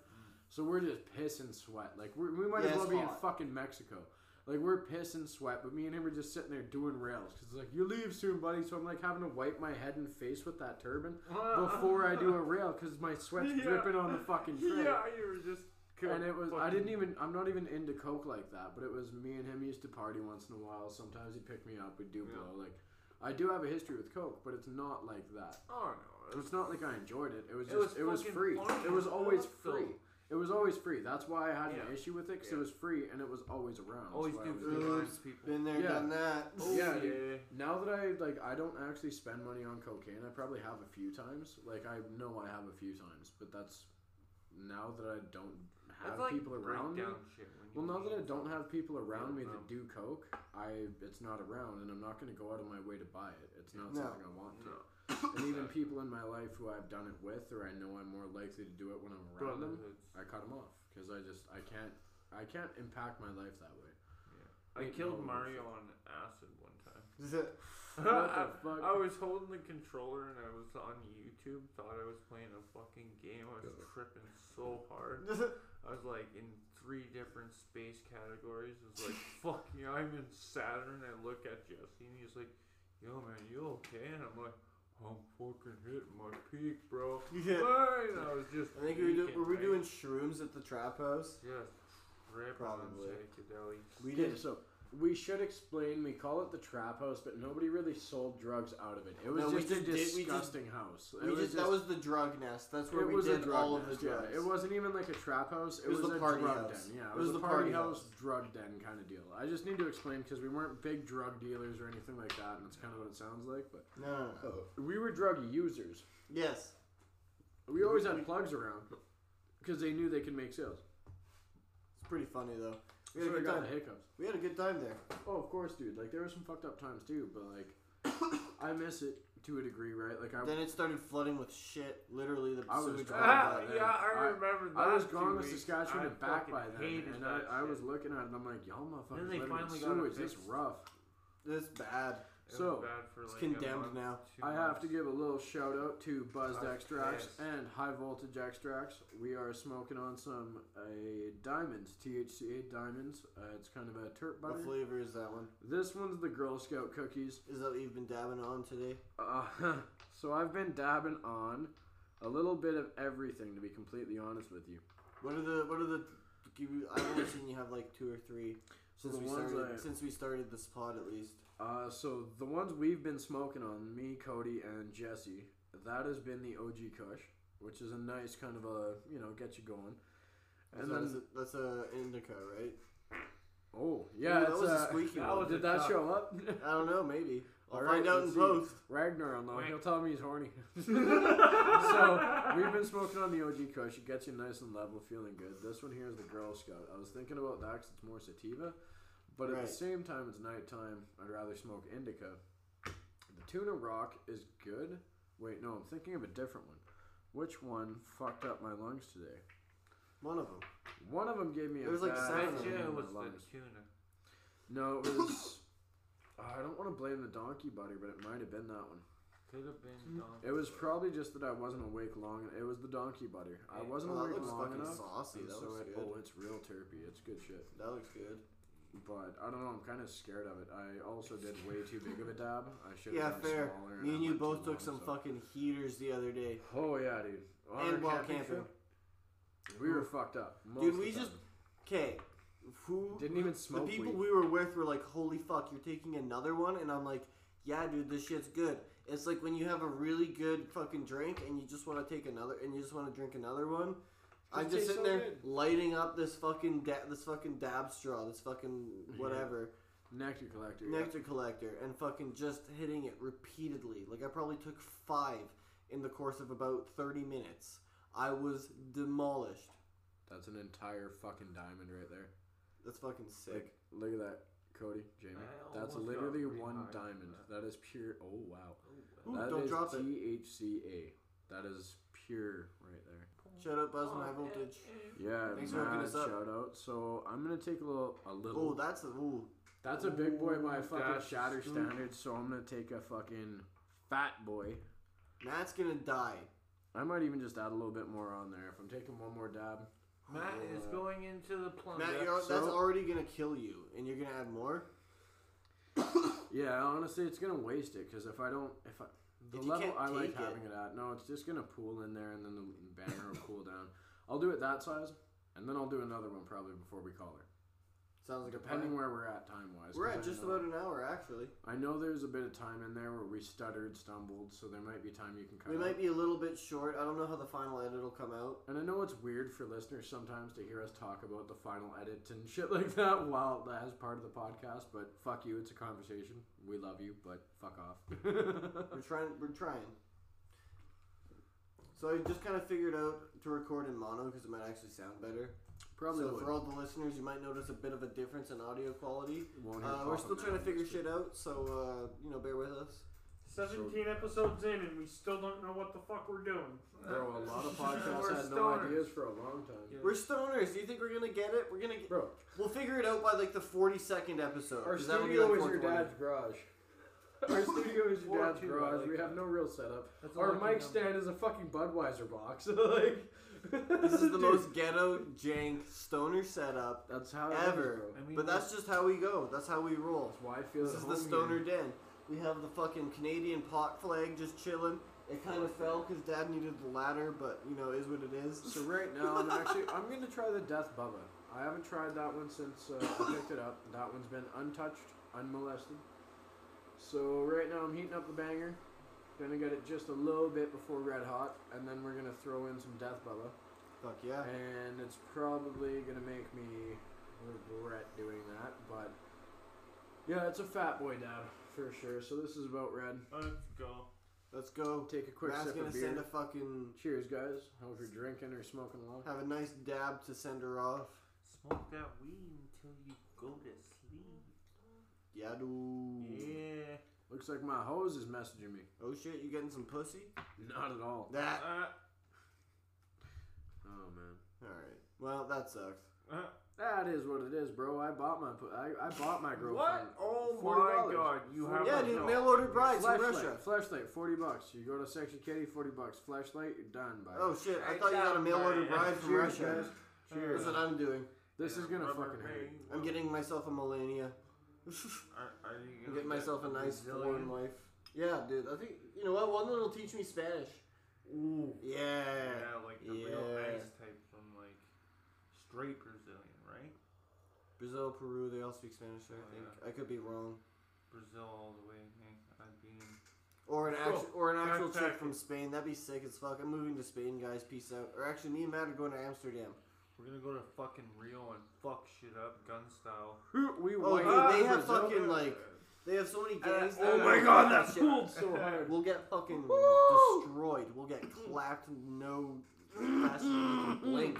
Speaker 4: So we're just piss and sweat. Like we're, we might
Speaker 1: Mm. Yeah,
Speaker 4: as well
Speaker 1: it's
Speaker 4: be in
Speaker 1: hot.
Speaker 4: fucking Mexico. Like we're piss and sweat, but me and him are just sitting there doing rails because like you leave soon, buddy. So I'm like having to wipe my head and face with that turban before I do a rail because my sweat's
Speaker 3: Yeah.
Speaker 4: dripping on the fucking tray.
Speaker 3: Yeah, you were just. co-
Speaker 4: And it was I
Speaker 3: fucking-
Speaker 4: didn't even I'm not even into coke like that, but it was me and him used to party once in a while. Sometimes he'd pick me up, we'd do
Speaker 3: Yeah.
Speaker 4: blow. Like I do have a history with coke, but it's not like that.
Speaker 3: Oh no,
Speaker 4: It's not like I enjoyed it. It was
Speaker 3: It
Speaker 4: just
Speaker 3: was
Speaker 4: it was
Speaker 3: fucking
Speaker 4: free.
Speaker 3: fun.
Speaker 4: It was always
Speaker 3: Awesome.
Speaker 4: free. It was always free. That's why I had
Speaker 3: Yeah.
Speaker 4: an issue with it because
Speaker 3: Yeah.
Speaker 4: it was free and it was always around.
Speaker 3: always
Speaker 4: That's why I
Speaker 3: do
Speaker 4: was
Speaker 1: good
Speaker 4: like-
Speaker 1: Oops.
Speaker 3: times people.
Speaker 1: Been there,
Speaker 4: Yeah.
Speaker 1: done that.
Speaker 3: Oh
Speaker 4: Yeah,
Speaker 3: yeah,
Speaker 4: dude. Now that I like, I don't actually spend money on cocaine. I probably have a few times. Like I know I have a few times, but that's now that I don't have
Speaker 3: that's like
Speaker 4: people around me.
Speaker 3: breakdown shit.
Speaker 4: Well,
Speaker 3: When you
Speaker 4: now that I
Speaker 3: leave.
Speaker 4: don't have people around
Speaker 3: don't
Speaker 4: me
Speaker 3: know.
Speaker 4: that do coke, I it's not around, and I'm not going to go out of my way to buy it. It's not
Speaker 1: No.
Speaker 4: something I want to.
Speaker 3: No.
Speaker 4: And even people in my life who I've done it with, or I know I'm more likely to do it when I'm around them,
Speaker 3: Brotherhoods.
Speaker 4: I cut them off because I just I can't I can't impact my life that way.
Speaker 3: I
Speaker 4: Ain't
Speaker 3: killed
Speaker 4: no-
Speaker 3: Mario on acid one time.
Speaker 4: What the
Speaker 3: I-
Speaker 4: fuck?
Speaker 3: I was holding the controller and I was on YouTube. Thought I was playing a fucking game. I was tripping so hard. I was like in three different space categories. It was like, fuck yeah, I'm in Saturn. I look at Jesse and he's like, yo man, you okay? And I'm like, I'm fucking hitting my peak, bro.
Speaker 1: yeah.
Speaker 3: Fine. I was just.
Speaker 1: I think we were, do-
Speaker 3: peaking,
Speaker 1: were we
Speaker 3: right?
Speaker 1: doing shrooms at the trap house?
Speaker 3: Just rip
Speaker 1: Probably.
Speaker 3: on psychedelics.
Speaker 1: We
Speaker 4: Okay,
Speaker 1: did.
Speaker 4: so we should explain. We call it the trap house, but nobody really sold drugs out of it. It was
Speaker 1: No, we
Speaker 4: just,
Speaker 1: just
Speaker 4: a
Speaker 1: did- we just-
Speaker 4: disgusting house. It
Speaker 1: We just, that
Speaker 4: just-
Speaker 1: was the drug nest. That's where
Speaker 4: it
Speaker 1: we
Speaker 4: was a
Speaker 1: did
Speaker 4: drug
Speaker 1: all of
Speaker 4: nest,
Speaker 1: the drugs.
Speaker 4: Yeah, it wasn't even like a trap house. It, was, the a
Speaker 1: party
Speaker 4: drug
Speaker 1: house.
Speaker 4: den. Yeah, it, was, the party house,
Speaker 1: house.
Speaker 4: drug den kind of deal. I just need to explain because we weren't big drug dealers or anything like that, and it's kind of what it sounds like. But uh,
Speaker 1: No, no, no.
Speaker 4: we were drug users.
Speaker 1: Yes.
Speaker 4: We always had plugs around because they knew they could make sales.
Speaker 1: It's pretty funny though. We
Speaker 4: So
Speaker 1: had a
Speaker 4: I
Speaker 1: good
Speaker 4: got
Speaker 1: time.
Speaker 4: the hiccups.
Speaker 1: We had a good time there.
Speaker 4: Oh, of course, dude. Like there were some fucked up times too, but like I miss it to a degree, right? Like I
Speaker 1: Then it started flooding with shit. Literally, the
Speaker 4: I was
Speaker 1: sewage.
Speaker 4: drunk.
Speaker 1: got
Speaker 3: Ah,
Speaker 1: out
Speaker 3: yeah,
Speaker 1: there.
Speaker 4: I-
Speaker 3: I remember that.
Speaker 4: I was
Speaker 3: two
Speaker 4: gone to
Speaker 3: weeks.
Speaker 4: Saskatchewan
Speaker 3: I
Speaker 4: and back
Speaker 3: fucking
Speaker 4: by then,
Speaker 3: hated
Speaker 4: and I,
Speaker 3: that
Speaker 4: I was
Speaker 3: shit.
Speaker 4: looking at it and I'm like, y'all motherfuckers
Speaker 3: they
Speaker 4: living in
Speaker 3: finally got it
Speaker 4: sewage, this
Speaker 3: fixed.
Speaker 4: rough.
Speaker 1: It's bad.
Speaker 3: It was
Speaker 4: So,
Speaker 3: bad for,
Speaker 1: it's
Speaker 3: like, a
Speaker 1: condemned
Speaker 3: month,
Speaker 1: now.
Speaker 3: two
Speaker 4: I have to
Speaker 3: months.
Speaker 4: give a little shout out to Buzzed
Speaker 3: Buzzed
Speaker 4: Extracts
Speaker 3: Fizz.
Speaker 4: and High Voltage Extracts. We are smoking on some uh, diamonds, THCA diamonds. Uh, it's kind of a turp
Speaker 1: What
Speaker 4: butter.
Speaker 1: flavor is that one?
Speaker 4: This one's the Girl Scout cookies.
Speaker 1: Is that what you've been dabbing on today?
Speaker 4: Uh, so I've been dabbing on a little bit of everything, to be completely honest with you.
Speaker 1: What are the What are the? Give you, I've only seen you have like two or three
Speaker 4: So
Speaker 1: since
Speaker 4: the
Speaker 1: we
Speaker 4: ones
Speaker 1: started.
Speaker 4: I-
Speaker 1: Since we started this pod, at least.
Speaker 4: Uh, so the ones we've been smoking on, me, Cody, and Jesse, that has been the OG Kush, which is a nice kind of a you know get you going.
Speaker 1: And
Speaker 4: And then
Speaker 1: that's, a, that's a indica, right?
Speaker 4: Oh yeah,
Speaker 1: Ooh, that
Speaker 4: it's,
Speaker 1: was a
Speaker 4: uh,
Speaker 1: squeaky
Speaker 4: that
Speaker 1: one.
Speaker 4: was- Did that show up?
Speaker 1: I don't know. Maybe I'll
Speaker 4: All
Speaker 1: find
Speaker 4: right,
Speaker 1: out in
Speaker 4: let's see.
Speaker 1: post.
Speaker 4: Ragnar will know.
Speaker 5: Wait.
Speaker 4: He'll tell me he's horny.
Speaker 2: so
Speaker 4: We've been smoking on the OG Kush. It gets you nice and level, feeling good. This one here is the Girl Scout. I was thinking about that 'cause it's more sativa, but at
Speaker 1: Right.
Speaker 4: the same time, it's nighttime. I'd rather smoke indica. The Tuna Rock is good. Wait, no, I'm thinking of a different one. Which one fucked up my lungs today?
Speaker 1: One of them.
Speaker 4: One of them gave me a
Speaker 1: It was like
Speaker 4: bad
Speaker 1: Simon.
Speaker 4: feeling
Speaker 1: Yeah,
Speaker 4: in
Speaker 1: it
Speaker 4: my
Speaker 5: was the
Speaker 4: lungs.
Speaker 5: tuna.
Speaker 4: No, it was. I don't want to blame the donkey buddy, but it might have been that one.
Speaker 5: Could have been done.
Speaker 4: Hmm. It was probably just that I wasn't awake long. It was the donkey butter. I
Speaker 5: Yeah.
Speaker 4: wasn't
Speaker 1: Well, Oh, that
Speaker 4: awake
Speaker 1: looks
Speaker 4: long
Speaker 1: fucking
Speaker 4: enough.
Speaker 1: saucy.
Speaker 4: and
Speaker 1: That
Speaker 4: so
Speaker 1: looks
Speaker 4: it-
Speaker 1: good.
Speaker 4: Oh, it's real terpy. It's good shit.
Speaker 1: That looks good.
Speaker 4: But I don't know. I'm kind of scared of it. I also did way too big of a dab. I should.
Speaker 1: Yeah,
Speaker 4: done
Speaker 1: fair.
Speaker 4: Smaller
Speaker 1: Me and
Speaker 4: I
Speaker 1: you
Speaker 4: went too
Speaker 1: both took
Speaker 4: long,
Speaker 1: some
Speaker 4: so-
Speaker 1: fucking heaters the other day,
Speaker 4: Oh yeah, dude. On
Speaker 1: and
Speaker 4: our
Speaker 1: while
Speaker 4: camping
Speaker 1: camping.
Speaker 4: trip, we were fucked up. Most
Speaker 1: Dude,
Speaker 4: of
Speaker 1: we
Speaker 4: the
Speaker 1: just-
Speaker 4: time.
Speaker 1: Okay, who
Speaker 4: didn't even
Speaker 1: the
Speaker 4: smoke.
Speaker 1: people
Speaker 4: weed.
Speaker 1: we were with were like, "Holy fuck, you're taking another one," and I'm like, "Yeah, dude, this shit's good." It's like when you have a really good fucking drink and you just want to take another, and you just want to drink another one. I'm
Speaker 4: It tastes
Speaker 1: just sitting
Speaker 4: so
Speaker 1: there
Speaker 4: good.
Speaker 1: lighting up this fucking da- this fucking dab straw, this fucking whatever
Speaker 4: nectar collector. yeah.
Speaker 1: nectar collector, and fucking just hitting it repeatedly. Like I probably took five in the course of about 30 minutes. I was demolished.
Speaker 4: That's an entire fucking diamond right there.
Speaker 1: That's fucking sick.
Speaker 4: Like, look at that, Cody, Jamie.
Speaker 5: I almost
Speaker 4: That's
Speaker 5: got
Speaker 4: literally
Speaker 5: pretty
Speaker 4: one
Speaker 5: high.
Speaker 4: diamond. That is pure. Oh wow.
Speaker 1: Ooh,
Speaker 4: That
Speaker 1: don't
Speaker 4: is
Speaker 1: drop it.
Speaker 4: THCA. That is pure right there.
Speaker 1: Shut up, Buzz, and high voltage.
Speaker 4: oh, Yeah,
Speaker 1: Thanks for hooking
Speaker 4: mad
Speaker 1: us up.
Speaker 4: shout out. So I'm gonna take a little, a
Speaker 1: Oh,
Speaker 4: little.
Speaker 1: that's a, ooh.
Speaker 4: that's a big boy by
Speaker 3: Ooh,
Speaker 4: fucking
Speaker 3: that's
Speaker 4: shatter
Speaker 3: good.
Speaker 4: standards. So I'm gonna take a fucking fat boy.
Speaker 1: Matt's gonna die.
Speaker 4: I might even just add a little bit more on there. If I'm taking one more dab,
Speaker 3: Matt is
Speaker 4: Uh,
Speaker 3: going into the plunger.
Speaker 1: Matt, you're, that's
Speaker 4: so-
Speaker 1: already gonna kill you, and you're gonna add more.
Speaker 4: yeah, honestly, it's gonna waste it because if I don't, if I the
Speaker 1: If you
Speaker 4: level
Speaker 1: can't
Speaker 4: I like
Speaker 1: take it.
Speaker 4: having it at, no, it's just gonna pool in there and then the banner will cool down. I'll do it that size, and then I'll do another one probably before we call her,
Speaker 1: Sounds like a
Speaker 4: depending
Speaker 1: plan.
Speaker 4: where we're at time wise.
Speaker 1: We're at just about an hour, actually.
Speaker 4: I know there's a bit of time in there where we stuttered, stumbled, so there might be time you can cut.
Speaker 1: We
Speaker 4: out.
Speaker 1: might be a little bit short. I don't know how the final edit will come out.
Speaker 4: And I know it's weird for listeners sometimes to hear us talk about the final edit and shit like that while that is part of the podcast, but fuck you, it's a conversation. We love you, but fuck off.
Speaker 1: We're trying. We're trying. So I just kind of figured out to record in mono because it might actually sound better.
Speaker 4: Probably
Speaker 1: so
Speaker 4: would.
Speaker 1: for all the listeners, you might notice a bit of a difference in audio quality.
Speaker 4: Won't hear
Speaker 1: Uh, we're
Speaker 4: pop
Speaker 1: still
Speaker 4: up
Speaker 1: trying to
Speaker 4: now,
Speaker 1: figure
Speaker 4: that's
Speaker 1: shit out, so uh, you know, bear with us.
Speaker 2: 17 episodes in, and we still don't know what the fuck we're doing.
Speaker 4: good. Bro, a lot of
Speaker 3: We're
Speaker 4: podcasts had no
Speaker 3: stoners.
Speaker 4: ideas for a long time.
Speaker 5: Yeah.
Speaker 1: We're stoners. Do you think we're gonna get it? We're gonna. Get,
Speaker 4: Bro,
Speaker 1: we'll figure it out by like the forty-second episode.
Speaker 4: our
Speaker 1: 'cause that would be,
Speaker 4: studio
Speaker 1: like,
Speaker 4: is your
Speaker 1: 420.
Speaker 4: dad's garage. Our studio is your
Speaker 3: Or
Speaker 4: dad's
Speaker 3: two, I
Speaker 4: garage.
Speaker 3: like
Speaker 4: we have
Speaker 3: that.
Speaker 4: no real setup.
Speaker 3: That's a
Speaker 4: Our
Speaker 3: lucky
Speaker 4: mic
Speaker 3: number.
Speaker 4: stand is a fucking Budweiser box. like,
Speaker 1: This is the
Speaker 4: Dude,
Speaker 1: most ghetto jank stoner setup.
Speaker 4: That's how
Speaker 1: ever.
Speaker 4: It is, bro.
Speaker 5: I mean,
Speaker 1: But that's just how we go. That's how we roll.
Speaker 4: That's why I feel
Speaker 1: This
Speaker 4: at
Speaker 1: is
Speaker 4: home
Speaker 1: the stoner den. We have the fucking Canadian pot flag just chilling. It kind of fell because Dad needed the ladder, but you know, is what it is.
Speaker 4: So right now, I'm actually I'm gonna try the Death Bubba. I haven't tried that one since uh, I picked it up. That one's been untouched, unmolested. So right now, I'm heating up the banger. Gonna get it just a little bit before red hot, and then we're gonna throw in some Death Bubba,
Speaker 1: Fuck yeah.
Speaker 4: and it's probably gonna make me regret doing that. But yeah, it's a fat boy dab for sure. So this is about red.
Speaker 3: Let's go.
Speaker 1: Let's go.
Speaker 4: Take a quick
Speaker 1: Matt's
Speaker 4: sip
Speaker 1: gonna
Speaker 4: of
Speaker 1: send
Speaker 4: beer.
Speaker 1: a fucking.
Speaker 4: Cheers, guys. Hope you're drinking or smoking along.
Speaker 1: Have a nice dab to send her off.
Speaker 5: Smoke that weed until you go to sleep.
Speaker 1: Yeah, dude.
Speaker 3: Yeah.
Speaker 4: Looks like my hose is messaging me.
Speaker 1: Oh shit, you getting some pussy?
Speaker 4: Not at all.
Speaker 1: That.
Speaker 3: Uh,
Speaker 4: Oh man,
Speaker 1: Alright. Well, that sucks.
Speaker 3: uh,
Speaker 4: that is what it is, bro. I bought my pu- I, I bought my girlfriend.
Speaker 3: Uh, what? Oh
Speaker 4: $40.
Speaker 3: my god. You have
Speaker 1: Yeah,
Speaker 3: a
Speaker 1: dude,
Speaker 3: no.
Speaker 1: mail order brides from
Speaker 4: Flashlight,
Speaker 1: Russia.
Speaker 4: flashlight, forty bucks. You go to Sexy Kitty, forty bucks. Flashlight, you're done. By
Speaker 1: Oh shit, I thought you got a mail order bride from
Speaker 4: Cheers,
Speaker 1: Russia.
Speaker 4: guys.
Speaker 1: That's what I'm doing.
Speaker 4: This is gonna
Speaker 3: Rubber
Speaker 4: fucking hurt.
Speaker 3: band.
Speaker 1: I'm getting myself a millennia.
Speaker 3: Are, are
Speaker 1: I'm
Speaker 3: you gonna
Speaker 1: getting myself a nice
Speaker 3: Brazilian?
Speaker 1: foreign wife. Yeah, dude. I think you know what? One that'll teach me Spanish.
Speaker 3: Ooh.
Speaker 1: Yeah.
Speaker 3: Yeah, like the real
Speaker 1: Yeah.
Speaker 3: nice type from like straight Brazilian, right?
Speaker 1: Brazil, Peru, they all speak Spanish. there, I
Speaker 3: Oh,
Speaker 1: think I could be wrong.
Speaker 3: Brazil all the way. Hey, I'd be in.
Speaker 1: Or an
Speaker 3: Cool.
Speaker 1: actual, or an actual
Speaker 3: Backpack.
Speaker 1: chick from Spain. That'd be sick as fuck. I'm moving to Spain, guys. Peace out. Or actually, me and Matt are going to Amsterdam.
Speaker 3: We're gonna go to fucking Rio and fuck shit up, gun style.
Speaker 4: We
Speaker 1: Oh,
Speaker 4: white-
Speaker 1: dude, they
Speaker 4: Ah,
Speaker 1: have
Speaker 4: Brazil-
Speaker 1: fucking like they have so many gangs.
Speaker 3: oh
Speaker 1: there,
Speaker 3: my
Speaker 1: like,
Speaker 3: God,
Speaker 1: fucking
Speaker 3: that
Speaker 1: shit.
Speaker 3: pulled
Speaker 4: so hard.
Speaker 1: We'll get fucking destroyed. We'll get clapped. No, faster than you can blink.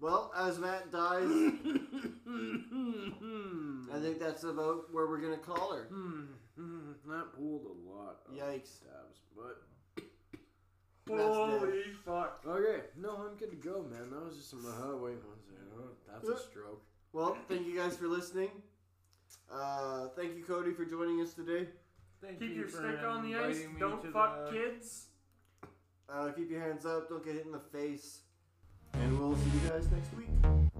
Speaker 1: well, as Matt dies,
Speaker 4: Hmm.
Speaker 1: I think that's about where we're gonna call her.
Speaker 4: That pulled a lot. Of
Speaker 1: Yikes.
Speaker 4: Stabs, but
Speaker 1: That's dead.
Speaker 2: Holy fuck.
Speaker 4: okay. No, I'm good to go, man. That was just some. Uh, wait one second. Oh, that's a stroke.
Speaker 1: Well, thank you guys for listening. Uh, thank you, Cody, for joining us today.
Speaker 3: Thank
Speaker 2: Keep
Speaker 3: you
Speaker 2: your
Speaker 3: for
Speaker 2: stick on the ice.
Speaker 3: inviting me to
Speaker 2: Don't fuck
Speaker 3: the-
Speaker 2: kids.
Speaker 1: Uh, keep your hands up. Don't get hit in the face. And we'll see you guys next week.